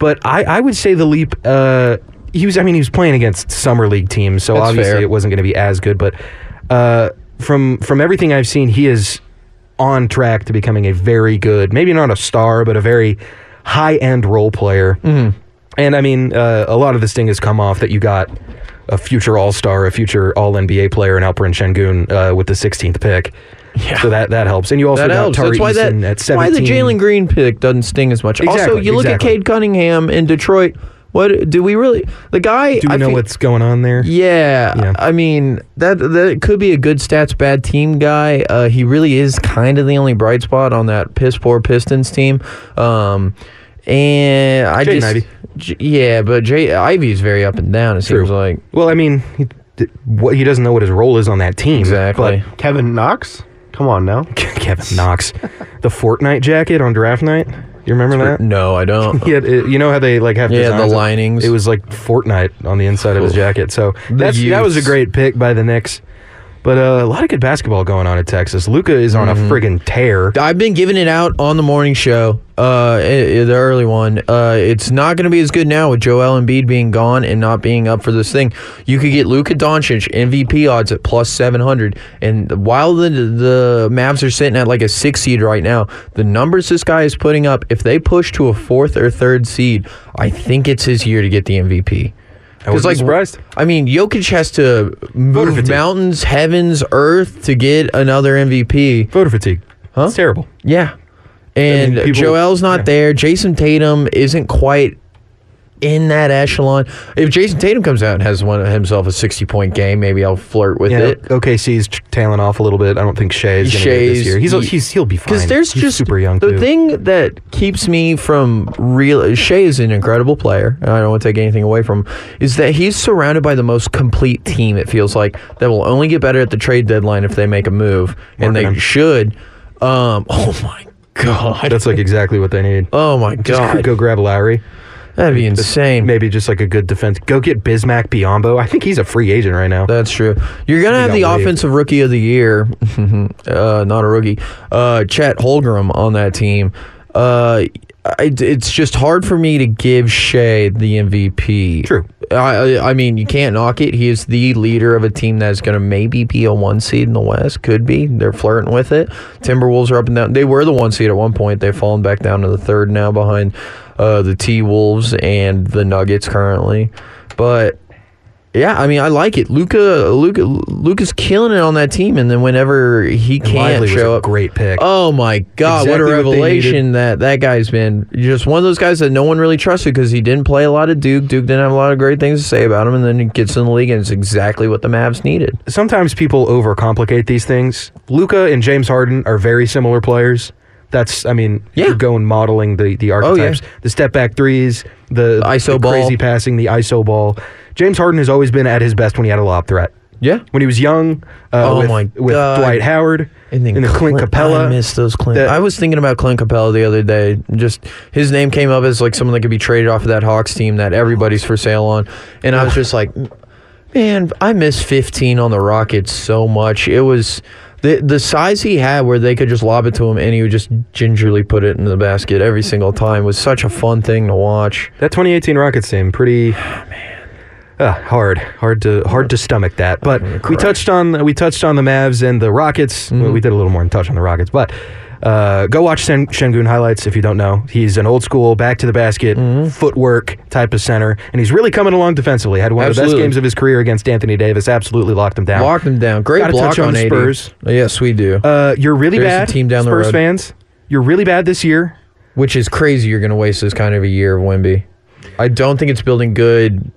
[SPEAKER 2] But I, I would say the leap. Uh, he was. I mean, he was playing against summer league teams, so
[SPEAKER 3] That's
[SPEAKER 2] obviously
[SPEAKER 3] fair.
[SPEAKER 2] it wasn't going to be as good. But uh, from from everything I've seen, he is on track to becoming a very good, maybe not a star, but a very high end role player.
[SPEAKER 3] Mm-hmm.
[SPEAKER 2] And I mean, uh, a lot of this thing has come off that you got a future All Star, a future All NBA player in Alperin Shengun uh, with the 16th pick.
[SPEAKER 3] Yeah.
[SPEAKER 2] So that that helps. And you also
[SPEAKER 3] That
[SPEAKER 2] got
[SPEAKER 3] helps.
[SPEAKER 2] Tari
[SPEAKER 3] That's why
[SPEAKER 2] Eason
[SPEAKER 3] that.
[SPEAKER 2] at
[SPEAKER 3] That's why the
[SPEAKER 2] 17.
[SPEAKER 3] Jalen Green pick doesn't sting as much. also,
[SPEAKER 2] Exactly,
[SPEAKER 3] you look
[SPEAKER 2] exactly.
[SPEAKER 3] at Cade Cunningham in Detroit. What do we really? The guy.
[SPEAKER 2] Do we
[SPEAKER 3] I
[SPEAKER 2] know
[SPEAKER 3] feel-
[SPEAKER 2] what's going on there?
[SPEAKER 3] Yeah,
[SPEAKER 2] Yeah.
[SPEAKER 3] I mean that that could be a good stats bad team guy. Uh, he really is kind of the only bright spot on that piss poor Pistons team. Um, and I
[SPEAKER 2] Jaden
[SPEAKER 3] just
[SPEAKER 2] Ivey.
[SPEAKER 3] J- yeah, but Jay Ivy's very up and down. It seems like
[SPEAKER 2] Well, I mean, he, d- what he doesn't know what his role is on that team.
[SPEAKER 3] exactly.
[SPEAKER 4] Kevin Knox? Come on now.
[SPEAKER 2] But Kevin Knox, the Fortnite jacket on draft night. You remember that?
[SPEAKER 3] no, I don't.
[SPEAKER 2] Yeah, it, you know how they like have
[SPEAKER 3] Yeah, the
[SPEAKER 2] designs on-
[SPEAKER 3] linings.
[SPEAKER 2] It was like Fortnite on the inside of his jacket. So that's that was a
[SPEAKER 3] youths.
[SPEAKER 2] great pick by the Knicks. But uh, a lot of good basketball going on at Texas. Luca is on
[SPEAKER 3] Mm-hmm.
[SPEAKER 2] a friggin' tear.
[SPEAKER 3] I've been giving it out on the morning show, uh, i- i- the early one. Uh, it's not going to be as good now with Joel Embiid being gone and not being up for this thing. You could get Luka Doncic MVP odds at plus seven hundred, and while the the Mavs are sitting at like a six seed right now, the numbers this guy is putting up, if they push to a fourth or third seed, I think it's his year to get the MVP.
[SPEAKER 2] I was like, surprised.
[SPEAKER 3] I mean, Jokic has to move
[SPEAKER 2] fatigue.
[SPEAKER 3] mountains, heavens, earth to get another MVP.
[SPEAKER 2] Voter fatigue. Huh? It's terrible.
[SPEAKER 3] Yeah. And
[SPEAKER 2] people-
[SPEAKER 3] Joel's not
[SPEAKER 2] yeah.
[SPEAKER 3] there. Jason Tatum isn't quite in that echelon. If Jason Tatum comes out and has one himself a 60 point game, maybe I'll flirt with
[SPEAKER 2] Yeah,
[SPEAKER 3] it.
[SPEAKER 2] OKC's tr- tailing off a little bit. I don't think Shea's going to get this
[SPEAKER 3] Shea's-
[SPEAKER 2] year. He's,
[SPEAKER 3] he-
[SPEAKER 2] he's he'll be fine.
[SPEAKER 3] Because there's
[SPEAKER 2] He's
[SPEAKER 3] just
[SPEAKER 2] super young.
[SPEAKER 3] The
[SPEAKER 2] too.
[SPEAKER 3] thing that keeps me from real Shea is an incredible player, and I don't want to take anything away from him, is that he's surrounded by the most complete team. It feels like that will only get better at the trade deadline if they make a move, and they
[SPEAKER 2] Marketing.
[SPEAKER 3] should. Um, oh my god!
[SPEAKER 2] That's like exactly what they need.
[SPEAKER 3] oh my
[SPEAKER 2] Just
[SPEAKER 3] god!
[SPEAKER 2] go grab Lowry.
[SPEAKER 3] That'd be insane.
[SPEAKER 2] Maybe just like a good defense. Go get Bismack Biombo. I think he's a free agent right now.
[SPEAKER 3] That's true. You're gonna have the
[SPEAKER 2] got waived.
[SPEAKER 3] offensive rookie of the year, uh, not a rookie, uh, Chet Holgram on that team. Uh, I, it's just hard for me to give Shea the MVP.
[SPEAKER 2] True.
[SPEAKER 3] I, I I mean, you can't knock it. He is the leader of a team that's going to maybe be a one seed in the West. Could be. They're flirting with it. Timberwolves are up and down. They were the one seed at one point. They've fallen back down to the third now behind uh, the T Wolves and the Nuggets currently. But yeah, I mean, I like it. Luca, Luca, Luca's killing it on that team, and then whenever he
[SPEAKER 2] Lively
[SPEAKER 3] can't
[SPEAKER 2] was
[SPEAKER 3] show
[SPEAKER 2] a
[SPEAKER 3] up,
[SPEAKER 2] great pick.
[SPEAKER 3] Oh my God,
[SPEAKER 2] Exactly
[SPEAKER 3] what a
[SPEAKER 2] what they
[SPEAKER 3] revelation that that guy's been. Just one of those guys that no one really trusted because he didn't play a lot of Duke. Duke didn't have a lot of great things to say about him, and then he gets in the league, and it's exactly what the Mavs needed.
[SPEAKER 2] Sometimes people overcomplicate these things. Luca and James Harden are very similar players. That's, I mean, if
[SPEAKER 3] Yeah. Oh,
[SPEAKER 2] you're going modeling the the
[SPEAKER 3] yeah.
[SPEAKER 2] archetypes, the step back threes, the,
[SPEAKER 3] iso
[SPEAKER 2] the
[SPEAKER 3] ball.
[SPEAKER 2] crazy passing, the iso ball. James Harden has always been at his best when he had a lob threat.
[SPEAKER 3] Yeah.
[SPEAKER 2] when he was young, uh,
[SPEAKER 3] Oh
[SPEAKER 2] with,
[SPEAKER 3] my
[SPEAKER 2] with
[SPEAKER 3] God.
[SPEAKER 2] Dwight Howard
[SPEAKER 3] And then
[SPEAKER 2] the Clint, Capella.
[SPEAKER 3] I missed those Clint.
[SPEAKER 2] That-
[SPEAKER 3] I was thinking about Clint Capella the other day. Just his name came up as like someone that could be traded off of that Hawks team that everybody's for sale on, and I was just like, man, I miss 15 on the Rockets so much. It was the the size he had where they could just lob it to him and he would just gingerly put it in the basket every single time was such a fun thing to watch.
[SPEAKER 2] That 2018 Rockets team, pretty
[SPEAKER 3] Ah,
[SPEAKER 2] Uh, hard, hard to hard to stomach that. But we touched on we touched on the Mavs and the Rockets.
[SPEAKER 3] Mm-hmm.
[SPEAKER 2] Well, we did a little more than touch on the Rockets, but uh, go watch Sen- Shengun highlights if you don't know. He's an old school back to the basket,
[SPEAKER 3] Mm-hmm.
[SPEAKER 2] footwork type of center, and he's really coming along defensively. Had one of the
[SPEAKER 3] Absolutely.
[SPEAKER 2] best games of his career against Anthony Davis. Absolutely locked him down.
[SPEAKER 3] Locked him down. Great
[SPEAKER 2] Gotta
[SPEAKER 3] block
[SPEAKER 2] touch on
[SPEAKER 3] on,
[SPEAKER 2] the
[SPEAKER 3] 80.
[SPEAKER 2] Spurs.
[SPEAKER 3] Yes, we do.
[SPEAKER 2] Uh, you're really
[SPEAKER 3] There's a
[SPEAKER 2] bad,
[SPEAKER 3] team down the
[SPEAKER 2] Spurs
[SPEAKER 3] road.
[SPEAKER 2] fans. You're really bad this year.
[SPEAKER 3] which is crazy. You're going to waste this kind of a year of Wimby. I don't think it's building good.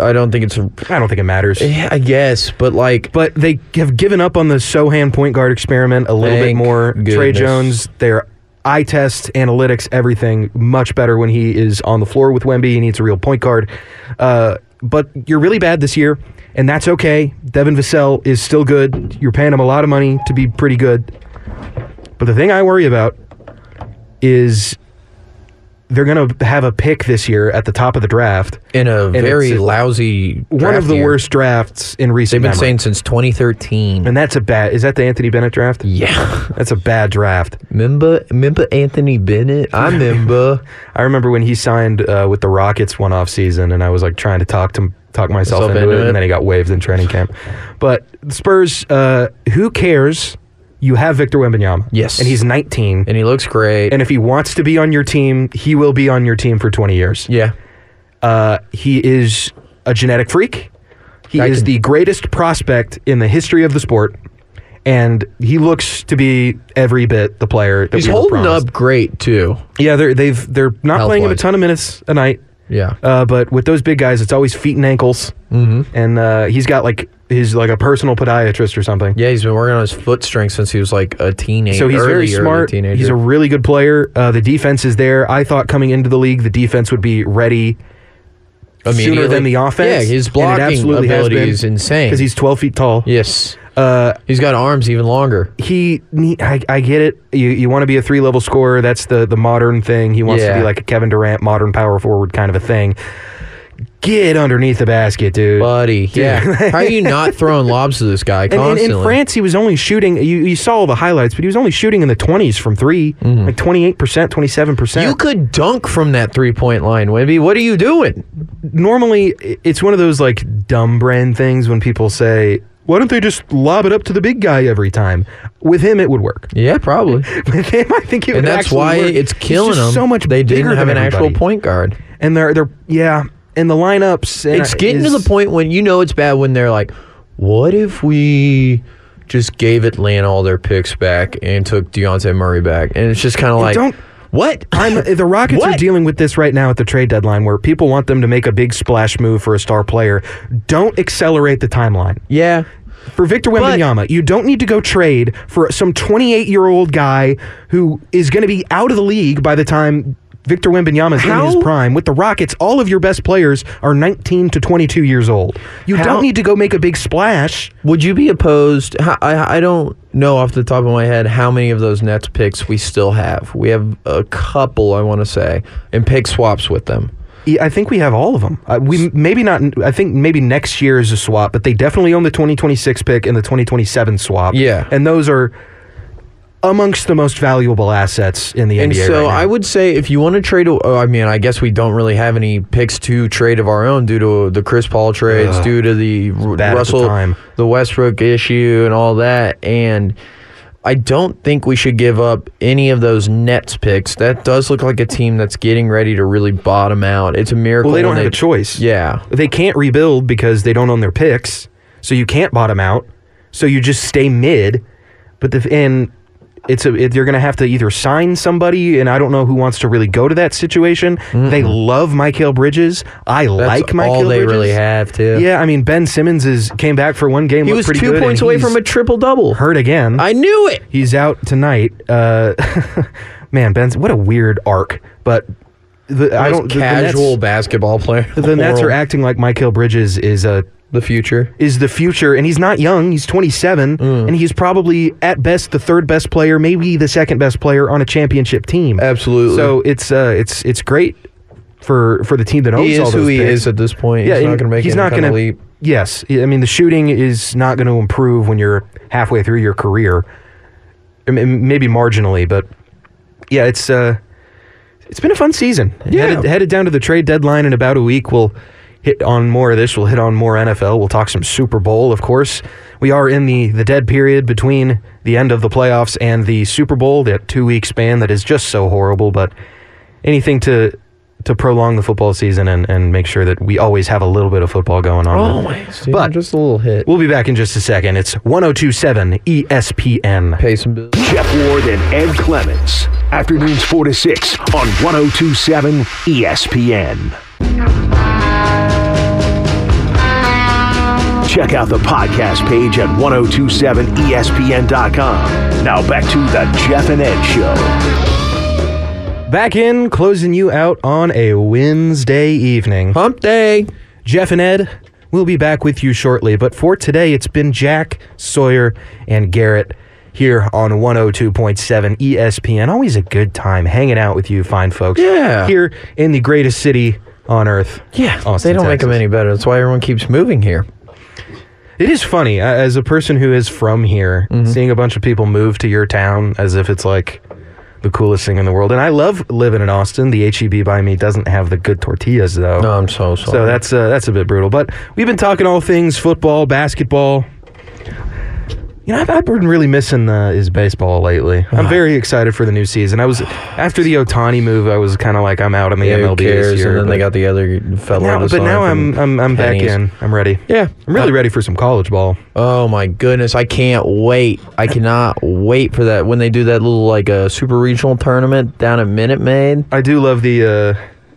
[SPEAKER 3] I don't think it's.
[SPEAKER 2] I don't think it matters.
[SPEAKER 3] Yeah, I guess, but like,
[SPEAKER 2] but they have given up on the Sohan point guard experiment a little bit
[SPEAKER 3] Thank
[SPEAKER 2] more. Trey
[SPEAKER 3] goodness.
[SPEAKER 2] Jones, their eye test, analytics, everything much better when he is on the floor with Wemby. He needs a real point guard. Uh, but you're really bad this year, and that's okay. Devin Vassell is still good. You're paying him a lot of money to be pretty good. But the thing I worry about is they're going to have a pick this year at the top of the draft.
[SPEAKER 3] in a
[SPEAKER 2] it's
[SPEAKER 3] very
[SPEAKER 2] a-
[SPEAKER 3] lousy,
[SPEAKER 2] One
[SPEAKER 3] draft
[SPEAKER 2] of the
[SPEAKER 3] year.
[SPEAKER 2] worst drafts in recent
[SPEAKER 3] They've been
[SPEAKER 2] memory.
[SPEAKER 3] saying since 2013.
[SPEAKER 2] and that's a bad. Is that the Anthony Bennett draft?
[SPEAKER 3] yeah,
[SPEAKER 2] That's a bad draft.
[SPEAKER 3] remember, remember Anthony Bennett? I remember.
[SPEAKER 2] I remember when he signed uh, with the Rockets one off season, and I was like trying to talk to talk myself
[SPEAKER 3] Myself
[SPEAKER 2] into,
[SPEAKER 3] into
[SPEAKER 2] it,
[SPEAKER 3] it.
[SPEAKER 2] and then he got waived in training camp. But the Spurs, uh, who cares? You have Victor Wembanyama.
[SPEAKER 3] Yes.
[SPEAKER 2] and he's 19,
[SPEAKER 3] and he looks great.
[SPEAKER 2] and if he wants to be on your team, he will be on your team for 20 years.
[SPEAKER 3] yeah,
[SPEAKER 2] Uh, he is a genetic freak. He
[SPEAKER 3] I
[SPEAKER 2] is
[SPEAKER 3] can-
[SPEAKER 2] the greatest prospect in the history of the sport, and he looks to be every bit the player that
[SPEAKER 3] He's
[SPEAKER 2] we were
[SPEAKER 3] holding
[SPEAKER 2] promised.
[SPEAKER 3] up great too.
[SPEAKER 2] Yeah, they're they've they're not playing him a
[SPEAKER 3] Health-wise.
[SPEAKER 2] ton of minutes a night,
[SPEAKER 3] Yeah.
[SPEAKER 2] uh, but with those big guys, it's always feet and ankles, mm-hmm. and uh, he's got like he's like a personal podiatrist or something.
[SPEAKER 3] Yeah, he's been working on his foot strength since he was like a teenager.
[SPEAKER 2] So he's very
[SPEAKER 3] early, early
[SPEAKER 2] smart.
[SPEAKER 3] Teenager.
[SPEAKER 2] He's a really good player. Uh, the defense is there. I thought coming into the league, the defense would be ready sooner
[SPEAKER 3] Immediately-
[SPEAKER 2] than the offense.
[SPEAKER 3] Yeah, his
[SPEAKER 2] and it
[SPEAKER 3] blocking
[SPEAKER 2] absolutely has
[SPEAKER 3] ability
[SPEAKER 2] been,
[SPEAKER 3] is insane.
[SPEAKER 2] because he's twelve feet tall.
[SPEAKER 3] yes,
[SPEAKER 2] Uh,
[SPEAKER 3] he's got arms even longer.
[SPEAKER 2] he, ne- I, I get it. You you want to be a three level scorer. That's the the modern thing. He wants to
[SPEAKER 3] Yeah.
[SPEAKER 2] be like a Kevin Durant, modern power forward kind of a thing. Get underneath the basket, dude.
[SPEAKER 3] Buddy, yeah. How are you not throwing lobs to this guy
[SPEAKER 2] and, and
[SPEAKER 3] constantly?
[SPEAKER 2] in France, he was only shooting. You, you saw all the highlights, but he was only shooting in the twenties from 3 like twenty eight percent, twenty seven percent.
[SPEAKER 3] Mm-hmm. you could dunk from that three point line, Wimby. What are you doing?
[SPEAKER 2] normally i- it's one of those like dumb brand things when people say, "Why don't they just lob it up to the big guy every time?" With him, it would work.
[SPEAKER 3] Yeah, probably.
[SPEAKER 2] With him, I think it would.
[SPEAKER 3] And that's
[SPEAKER 2] actually
[SPEAKER 3] why
[SPEAKER 2] work.
[SPEAKER 3] it's
[SPEAKER 2] He's
[SPEAKER 3] killing
[SPEAKER 2] just
[SPEAKER 3] them.
[SPEAKER 2] So much.
[SPEAKER 3] they didn't
[SPEAKER 2] bigger
[SPEAKER 3] have an
[SPEAKER 2] than
[SPEAKER 3] actual
[SPEAKER 2] everybody.
[SPEAKER 3] point guard.
[SPEAKER 2] And they're they're yeah. And the lineups. And
[SPEAKER 3] It's
[SPEAKER 2] I-
[SPEAKER 3] getting
[SPEAKER 2] is-
[SPEAKER 3] to the point when you know it's bad when they're like, what if we just gave Atlanta all their picks back and took Deontay Murray back? And it's just kind of like,
[SPEAKER 2] don't-
[SPEAKER 3] what?
[SPEAKER 2] I'm, the Rockets are
[SPEAKER 3] What?
[SPEAKER 2] dealing with this right now at the trade deadline, where people want them to make a big splash move for a star player. Don't accelerate the timeline.
[SPEAKER 3] yeah.
[SPEAKER 2] For Victor Wembanyama, you don't need to go trade for some 28 year old guy who is going to be out of the league by the time Victor Wembanyama is in
[SPEAKER 3] How?
[SPEAKER 2] his prime. With the Rockets, all of your best players are 19 to 22 years old. You
[SPEAKER 3] How-
[SPEAKER 2] don't need to go make a big splash.
[SPEAKER 3] Would you be opposed? I, I, I don't know off the top of my head how many of those Nets picks we still have. We have a couple, I want to say, and pick swaps with them.
[SPEAKER 2] Yeah, I think we have all of them. Uh, we maybe not. I think maybe next year is a swap, but they definitely own the 2026 pick and the 2027 swap.
[SPEAKER 3] Yeah.
[SPEAKER 2] and those are amongst the most valuable assets in the
[SPEAKER 3] And
[SPEAKER 2] NBA.
[SPEAKER 3] so
[SPEAKER 2] right now.
[SPEAKER 3] I would say if you want to trade, a- oh, I mean, I guess we don't really have any picks to trade of our own due to the Chris Paul trades, due to the R-
[SPEAKER 2] bad at the
[SPEAKER 3] Russell,
[SPEAKER 2] time.
[SPEAKER 3] the Westbrook issue, and all that. And I don't think we should give up any of those Nets picks. That does look like a team that's getting ready to really bottom out. It's a miracle.
[SPEAKER 2] Well, they don't
[SPEAKER 3] when
[SPEAKER 2] have a choice.
[SPEAKER 3] Yeah.
[SPEAKER 2] they can't rebuild because they don't own their picks, so you can't bottom out. So you just stay mid. But the and it's a it, you're going to have to either sign somebody, and I don't know who wants to really go to that situation. They love Michael Bridges. I
[SPEAKER 3] That's
[SPEAKER 2] like Michael
[SPEAKER 3] all they
[SPEAKER 2] Bridges.
[SPEAKER 3] really have too.
[SPEAKER 2] Yeah, I mean Ben Simmons is came back for one game.
[SPEAKER 3] He
[SPEAKER 2] looked
[SPEAKER 3] was
[SPEAKER 2] pretty
[SPEAKER 3] two
[SPEAKER 2] good,
[SPEAKER 3] points
[SPEAKER 2] and
[SPEAKER 3] away from a
[SPEAKER 2] he's
[SPEAKER 3] triple double.
[SPEAKER 2] hurt again.
[SPEAKER 3] I knew it.
[SPEAKER 2] He's out tonight. Uh, man, Ben's what a weird arc. But the, I
[SPEAKER 3] Most
[SPEAKER 2] don't the- the Nets-
[SPEAKER 3] casual basketball player. in
[SPEAKER 2] The, Nets are
[SPEAKER 3] world.
[SPEAKER 2] acting like Michael Bridges is a
[SPEAKER 3] the future.
[SPEAKER 2] is the future, and he's not young. He's 27,
[SPEAKER 3] Mm.
[SPEAKER 2] and he's probably at best the third best player, maybe the second best player on a championship team.
[SPEAKER 3] Absolutely.
[SPEAKER 2] So it's uh, it's it's great for for the team that owns
[SPEAKER 3] he
[SPEAKER 2] all
[SPEAKER 3] is
[SPEAKER 2] those
[SPEAKER 3] who he
[SPEAKER 2] picks.
[SPEAKER 3] is at this point. he's
[SPEAKER 2] and
[SPEAKER 3] not going to make
[SPEAKER 2] he's
[SPEAKER 3] any
[SPEAKER 2] not
[SPEAKER 3] kind
[SPEAKER 2] gonna-
[SPEAKER 3] of leap.
[SPEAKER 2] Yes, I mean the shooting is not going to improve when you're halfway through your career, I mean, maybe marginally, but yeah, it's uh, it's been a fun season.
[SPEAKER 3] Yeah.
[SPEAKER 2] headed, headed down to the trade deadline in about a week. We'll hit on more of this. We'll hit on more NFL. We'll talk some Super Bowl, of course. We are in the the dead period between the end of the playoffs and the Super Bowl. That two week span that is just so horrible, but anything to. To prolong the football season and, and make sure that we always have a little bit of football going on.
[SPEAKER 3] Oh but just a little hit.
[SPEAKER 2] We'll be back in just a second. It's 1027 ESPN.
[SPEAKER 3] Pay some bills.
[SPEAKER 1] Jeff Ward and Ed Clements. Afternoons 4 to 6 on 1027 ESPN. Check out the podcast page at E 1027ESPN.com. Now back to the Jeff and Ed Show.
[SPEAKER 2] Back in, closing you out on a Wednesday evening.
[SPEAKER 3] Hump day.
[SPEAKER 2] Jeff and Ed, we'll be back with you shortly. But for today, it's been Jack, Sawyer, and Garrett here on 102.7 ESPN. Always a good time hanging out with you, fine folks.
[SPEAKER 3] Yeah.
[SPEAKER 2] Here in the greatest city on earth. Austin,
[SPEAKER 3] they don't make
[SPEAKER 2] Texas.
[SPEAKER 3] them any better. That's why everyone keeps moving here.
[SPEAKER 2] It is funny a- as a person who is from here,
[SPEAKER 3] Mm-hmm.
[SPEAKER 2] seeing a bunch of people move to your town as if it's like the coolest thing in the world. And I love living in Austin. The HEB by me doesn't have the good tortillas though.
[SPEAKER 3] No, I'm so sorry.
[SPEAKER 2] So that's uh, that's a bit brutal. But we've been talking all things football, basketball. You know, I've, I've been really missing the, his baseball lately.
[SPEAKER 3] Uh-huh.
[SPEAKER 2] I'm very excited for the new season. I was after the Otani move. I was kind of like, I'm out on the
[SPEAKER 3] Yeah, who
[SPEAKER 2] MLB this
[SPEAKER 3] cares?
[SPEAKER 2] year.
[SPEAKER 3] and then they
[SPEAKER 2] but-
[SPEAKER 3] got the other fellow.
[SPEAKER 2] now,
[SPEAKER 3] to
[SPEAKER 2] but
[SPEAKER 3] sign
[SPEAKER 2] now
[SPEAKER 3] for
[SPEAKER 2] I'm I'm I'm back
[SPEAKER 3] pennies.
[SPEAKER 2] in. I'm ready.
[SPEAKER 3] Yeah, Uh,
[SPEAKER 2] I'm really ready for some college ball.
[SPEAKER 3] Oh my goodness, I can't wait. I cannot wait for that when they do that little like uh, super regional tournament down at Minute Maid.
[SPEAKER 2] I do love the uh,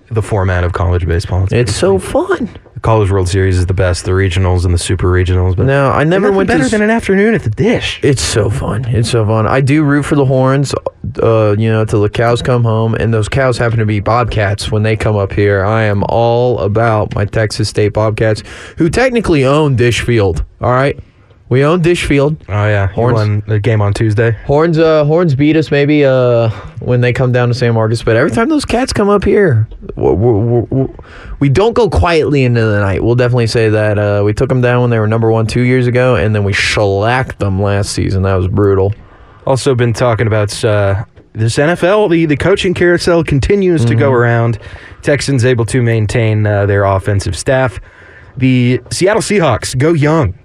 [SPEAKER 2] the format of college baseball.
[SPEAKER 3] It's so fun.
[SPEAKER 2] the college World Series is the best. The regionals and the super regionals. But
[SPEAKER 3] No, I never
[SPEAKER 2] nothing
[SPEAKER 3] went
[SPEAKER 2] better
[SPEAKER 3] to
[SPEAKER 2] than an afternoon at the dish.
[SPEAKER 3] It's so fun. It's so fun. I do root for the horns, uh, you know, till the cows come home, and those cows happen to be bobcats when they come up here. I am all about my Texas State Bobcats, who technically own Dishfield. All right, we own Dishfield.
[SPEAKER 2] Oh yeah,
[SPEAKER 3] Horns.
[SPEAKER 2] you won the game on Tuesday.
[SPEAKER 3] Horns, uh, horns beat us maybe uh, when they come down to San Marcos, but every time those cats come up here, we, we, we, we don't go quietly into the night. We'll definitely say that uh, we took them down when they were number one two years ago, and then we shellacked them last season. That was brutal.
[SPEAKER 2] Also been talking about uh, this NFL. The the coaching carousel continues to
[SPEAKER 3] Mm-hmm.
[SPEAKER 2] go around. Texans able to maintain uh, their offensive staff. The Seattle Seahawks go young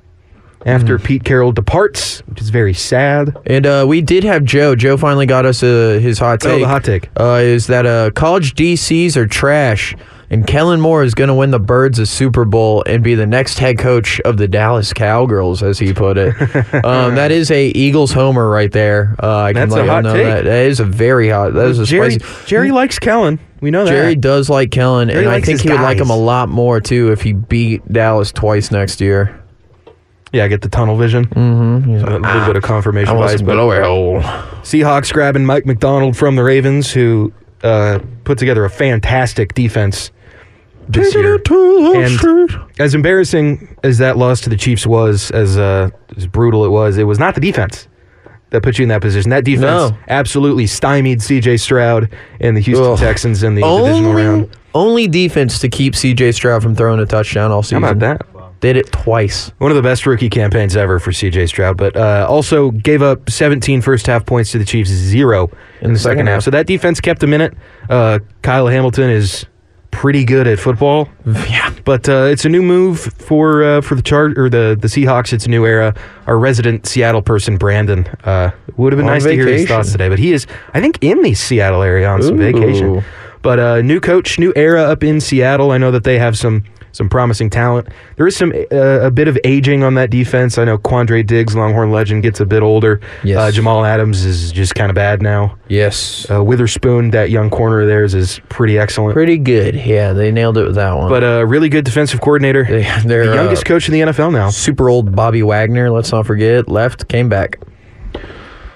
[SPEAKER 2] after
[SPEAKER 3] Mm.
[SPEAKER 2] Pete Carroll departs, which is very sad.
[SPEAKER 3] And uh, we did have Joe. Joe finally got us uh, his hot
[SPEAKER 2] Oh,
[SPEAKER 3] take.
[SPEAKER 2] the hot take.
[SPEAKER 3] uh, is that uh, college DCs are trash, and Kellen Moore is going to win the Birds a Super Bowl and be the next head coach of the Dallas Cowgirls, as he put it. um, that is a Eagles homer right there. Uh, I can
[SPEAKER 2] That's
[SPEAKER 3] let
[SPEAKER 2] a
[SPEAKER 3] y'all
[SPEAKER 2] hot
[SPEAKER 3] know
[SPEAKER 2] take.
[SPEAKER 3] that. That is a very hot. That is a
[SPEAKER 2] Jerry
[SPEAKER 3] spicy. Mm,
[SPEAKER 2] Jerry likes Kellen. We know that.
[SPEAKER 3] Jerry does like Kellen,
[SPEAKER 2] Jerry
[SPEAKER 3] and I
[SPEAKER 2] likes
[SPEAKER 3] think
[SPEAKER 2] his
[SPEAKER 3] he would like
[SPEAKER 2] guys.
[SPEAKER 3] him a lot more too if he beat Dallas twice next year.
[SPEAKER 2] yeah, I get the tunnel vision. Mm-hmm. a little bit of confirmation bias, but Seahawks grabbing Mike McDonald from the Ravens, who uh, put together a fantastic defense this year. And as embarrassing as that loss to the Chiefs was, as uh, as brutal it was, it was not the defense that put you in that position. That defense
[SPEAKER 3] No.
[SPEAKER 2] absolutely stymied C.J. Stroud and the Houston
[SPEAKER 3] Ugh.
[SPEAKER 2] Texans in the divisional
[SPEAKER 3] only,
[SPEAKER 2] round.
[SPEAKER 3] only defense to keep CJ Stroud from throwing a touchdown
[SPEAKER 2] How
[SPEAKER 3] all season.
[SPEAKER 2] about that?
[SPEAKER 3] Did it twice.
[SPEAKER 2] One of the best rookie campaigns ever for C.J. Stroud, but uh, also gave up 17 first half points to the Chiefs, zero in, the second, half. So that defense kept them in it. Uh, Kyle Hamilton is pretty good at football.
[SPEAKER 3] Yeah.
[SPEAKER 2] But uh, it's a new move for uh, for the char- or the the Seahawks. It's a new era. Our resident Seattle person Brandon uh, would have been
[SPEAKER 3] On
[SPEAKER 2] nice to hear his
[SPEAKER 3] vacation.
[SPEAKER 2] thoughts today, but he is I think in the Seattle area on some
[SPEAKER 3] Ooh.
[SPEAKER 2] vacation. But uh, new coach, new era up in Seattle. I know that they have some some promising talent. There is some uh, a bit of aging on that defense. I know Quandre Diggs, Longhorn legend, gets a bit older.
[SPEAKER 3] Yes.
[SPEAKER 2] Uh, Jamal Adams is just kind of bad now.
[SPEAKER 3] Yes.
[SPEAKER 2] Uh, Witherspoon, that young corner of theirs, is pretty excellent.
[SPEAKER 3] Pretty good. Yeah, they nailed it with that one.
[SPEAKER 2] But a really good defensive coordinator.
[SPEAKER 3] they, they're
[SPEAKER 2] The youngest
[SPEAKER 3] uh,
[SPEAKER 2] coach in the NFL now,
[SPEAKER 3] super old Bobby Wagner. Let's not forget. Left, came back.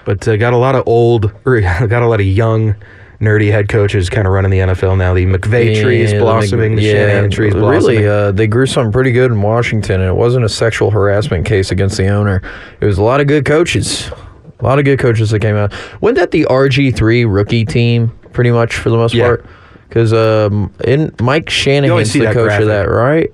[SPEAKER 2] but uh, got a lot of old, or got a lot of young, nerdy head coaches kind of running the NFL now. The McVay tree is
[SPEAKER 3] Yeah,
[SPEAKER 2] blossoming, the
[SPEAKER 3] yeah,
[SPEAKER 2] Shanahan tree is blossoming.
[SPEAKER 3] Really, uh, they grew something pretty good in Washington, and it wasn't a sexual harassment case against the owner. It was a lot of good coaches. A lot of good coaches that came out. Wasn't that the RG3 rookie team, pretty much, for the most
[SPEAKER 2] Yeah.
[SPEAKER 3] part? Because um, in Mike Shanahan's
[SPEAKER 2] see
[SPEAKER 3] the
[SPEAKER 2] that
[SPEAKER 3] coach
[SPEAKER 2] graphic.
[SPEAKER 3] of that, right?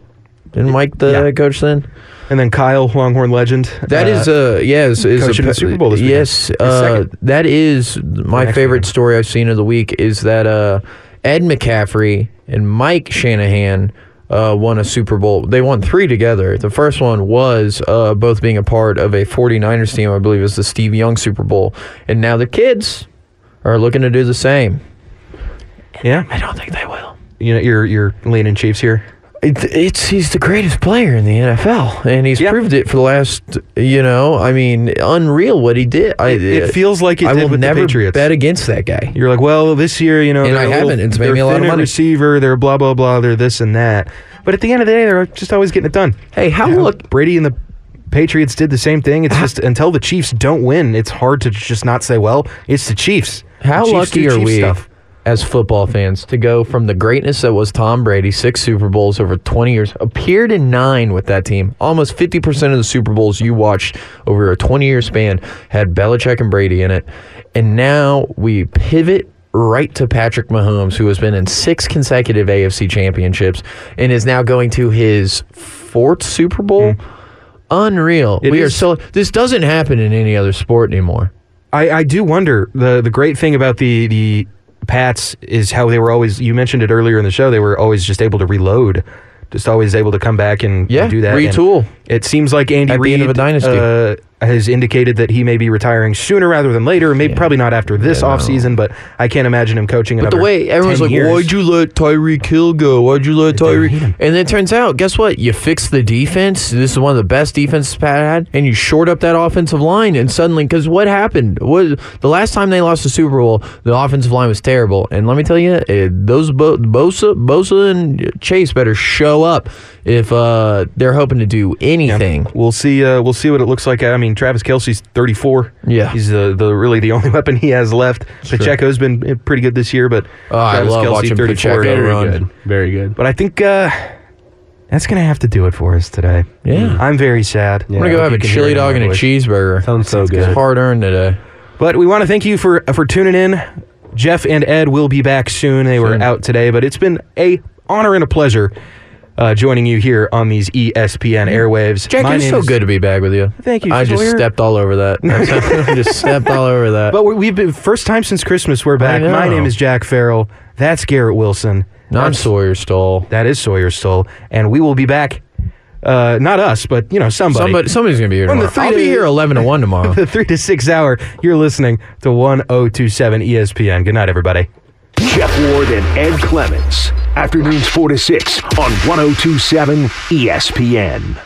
[SPEAKER 3] Didn't Mike the
[SPEAKER 2] Yeah.
[SPEAKER 3] head coach then?
[SPEAKER 2] and then Kyle Longhorn legend.
[SPEAKER 3] That is uh, yeah, is, is
[SPEAKER 2] coaching
[SPEAKER 3] pe-
[SPEAKER 2] the Super Bowl this weekend.
[SPEAKER 3] Yes,
[SPEAKER 2] His
[SPEAKER 3] uh,
[SPEAKER 2] second.
[SPEAKER 3] that is my
[SPEAKER 2] next
[SPEAKER 3] favorite story I've seen of the week is that uh, Ed McCaffrey and Mike Shanahan uh, won a Super Bowl. They won three together. The first one was uh, both being a part of a 49ers team, I believe, it was the Steve Young Super Bowl, and now the kids are looking to do the same.
[SPEAKER 2] yeah.
[SPEAKER 3] I don't think they will.
[SPEAKER 2] You know, you're you're leaning Chiefs here.
[SPEAKER 3] It, it's he's the greatest player in the NFL, and he's
[SPEAKER 2] Yeah.
[SPEAKER 3] proved it for the last. You know, I mean, unreal what he did. I,
[SPEAKER 2] It- it feels like he
[SPEAKER 3] I
[SPEAKER 2] did
[SPEAKER 3] will
[SPEAKER 2] with the
[SPEAKER 3] never
[SPEAKER 2] Patriots.
[SPEAKER 3] bet against that guy.
[SPEAKER 2] You're like, well, this year, you know,
[SPEAKER 3] And
[SPEAKER 2] they're
[SPEAKER 3] I
[SPEAKER 2] a little-
[SPEAKER 3] haven't. It's made
[SPEAKER 2] they're
[SPEAKER 3] me a lot of
[SPEAKER 2] thin at
[SPEAKER 3] money.
[SPEAKER 2] Receiver, they're blah blah blah, they're this and that. But at the end of the day, they're just always getting it done.
[SPEAKER 3] Hey, how
[SPEAKER 2] Yeah,
[SPEAKER 3] look? Uh-huh.
[SPEAKER 2] Brady and the Patriots did the same thing. It's just until the Chiefs don't win, it's hard to just not say, well, it's the Chiefs.
[SPEAKER 3] How
[SPEAKER 2] The Chiefs
[SPEAKER 3] lucky
[SPEAKER 2] do
[SPEAKER 3] are
[SPEAKER 2] Chiefs
[SPEAKER 3] we
[SPEAKER 2] stuff.
[SPEAKER 3] as football fans to go from the greatness that was Tom Brady, six Super Bowls over 20 years, appeared in nine with that team. Almost 50% of the Super Bowls you watched over a 20 year span had Belichick and Brady in it. And now we pivot right to Patrick Mahomes, who has been in six consecutive AFC championships and is now going to his fourth Super Bowl. Unreal.
[SPEAKER 2] Hmm. It
[SPEAKER 3] we are
[SPEAKER 2] is-
[SPEAKER 3] so. This doesn't happen in any other sport anymore.
[SPEAKER 2] I, I do wonder the the great thing about the the Pats is how they were always. You mentioned it earlier in the show. They were always just able to reload, just always able to come back and
[SPEAKER 3] Yeah,
[SPEAKER 2] do that. and
[SPEAKER 3] retool.
[SPEAKER 2] it seems like Andy
[SPEAKER 3] At the
[SPEAKER 2] Reid
[SPEAKER 3] end of a dynasty.
[SPEAKER 2] Uh, has indicated that he may be retiring sooner rather than later. Maybe probably not after this offseason, but I can't imagine him coaching.
[SPEAKER 3] But the way everyone's like, why'd you let Tyreek Hill go? Why'd you let Tyreek? And it turns out, guess what? You fixed the defense. This is one of the best defenses Pat had, and you shored up that offensive line. And suddenly, because what happened? What the last time they lost the Super Bowl, the offensive line was terrible. And let me tell you, eh, those Bo- Bosa, Bosa and Chase better show up if uh, they're hoping to do anything.
[SPEAKER 2] We'll see. Uh, we'll see what it looks like. I mean, Travis Kelsey's 34.
[SPEAKER 3] Yeah.
[SPEAKER 2] he's the, the really the only weapon he has left. Pacheco's been eh, pretty good this year, but
[SPEAKER 3] Oh, I love watching Pacheco
[SPEAKER 4] Very
[SPEAKER 3] run.
[SPEAKER 4] good. Very good.
[SPEAKER 2] But I think uh, that's gonna have to do it for us today.
[SPEAKER 3] Yeah.
[SPEAKER 2] I'm very sad.
[SPEAKER 3] I'm gonna go have a chili dog and a cheeseburger.
[SPEAKER 4] Sounds so
[SPEAKER 3] It's
[SPEAKER 4] good.
[SPEAKER 3] hard earned today.
[SPEAKER 2] But we want to thank you for for tuning in. Jeff and Ed will be back soon. They were out today, but it's been a honor and a pleasure uh, joining you here on these E ESPN airwaves.
[SPEAKER 3] Mm-hmm. Jack,
[SPEAKER 2] My
[SPEAKER 3] it's
[SPEAKER 2] name
[SPEAKER 3] so
[SPEAKER 2] is-
[SPEAKER 3] good to be back with you.
[SPEAKER 2] Thank you,
[SPEAKER 3] I just
[SPEAKER 2] Sawyer.
[SPEAKER 3] stepped all over that. I just stepped all over that.
[SPEAKER 2] But we- we've been first time since Christmas. We're back. My
[SPEAKER 3] know.
[SPEAKER 2] name is Jack Farrell. That's Garrett Wilson.
[SPEAKER 3] no, I'm Sawyer Stoll.
[SPEAKER 2] That is Sawyer Stoll, and we will be back. Uh, not us, but you know somebody.
[SPEAKER 3] Somebody, somebody's gonna be here
[SPEAKER 2] On the
[SPEAKER 3] tomorrow. I'll
[SPEAKER 2] three
[SPEAKER 3] be
[SPEAKER 2] to-
[SPEAKER 3] here eleven to one tomorrow.
[SPEAKER 2] the three to six hour. You're listening to 1027 ESPN. Good night, everybody.
[SPEAKER 1] Jeff Ward and Ed oh E Clements. Afternoons 4 to 6 on 1027 ESPN.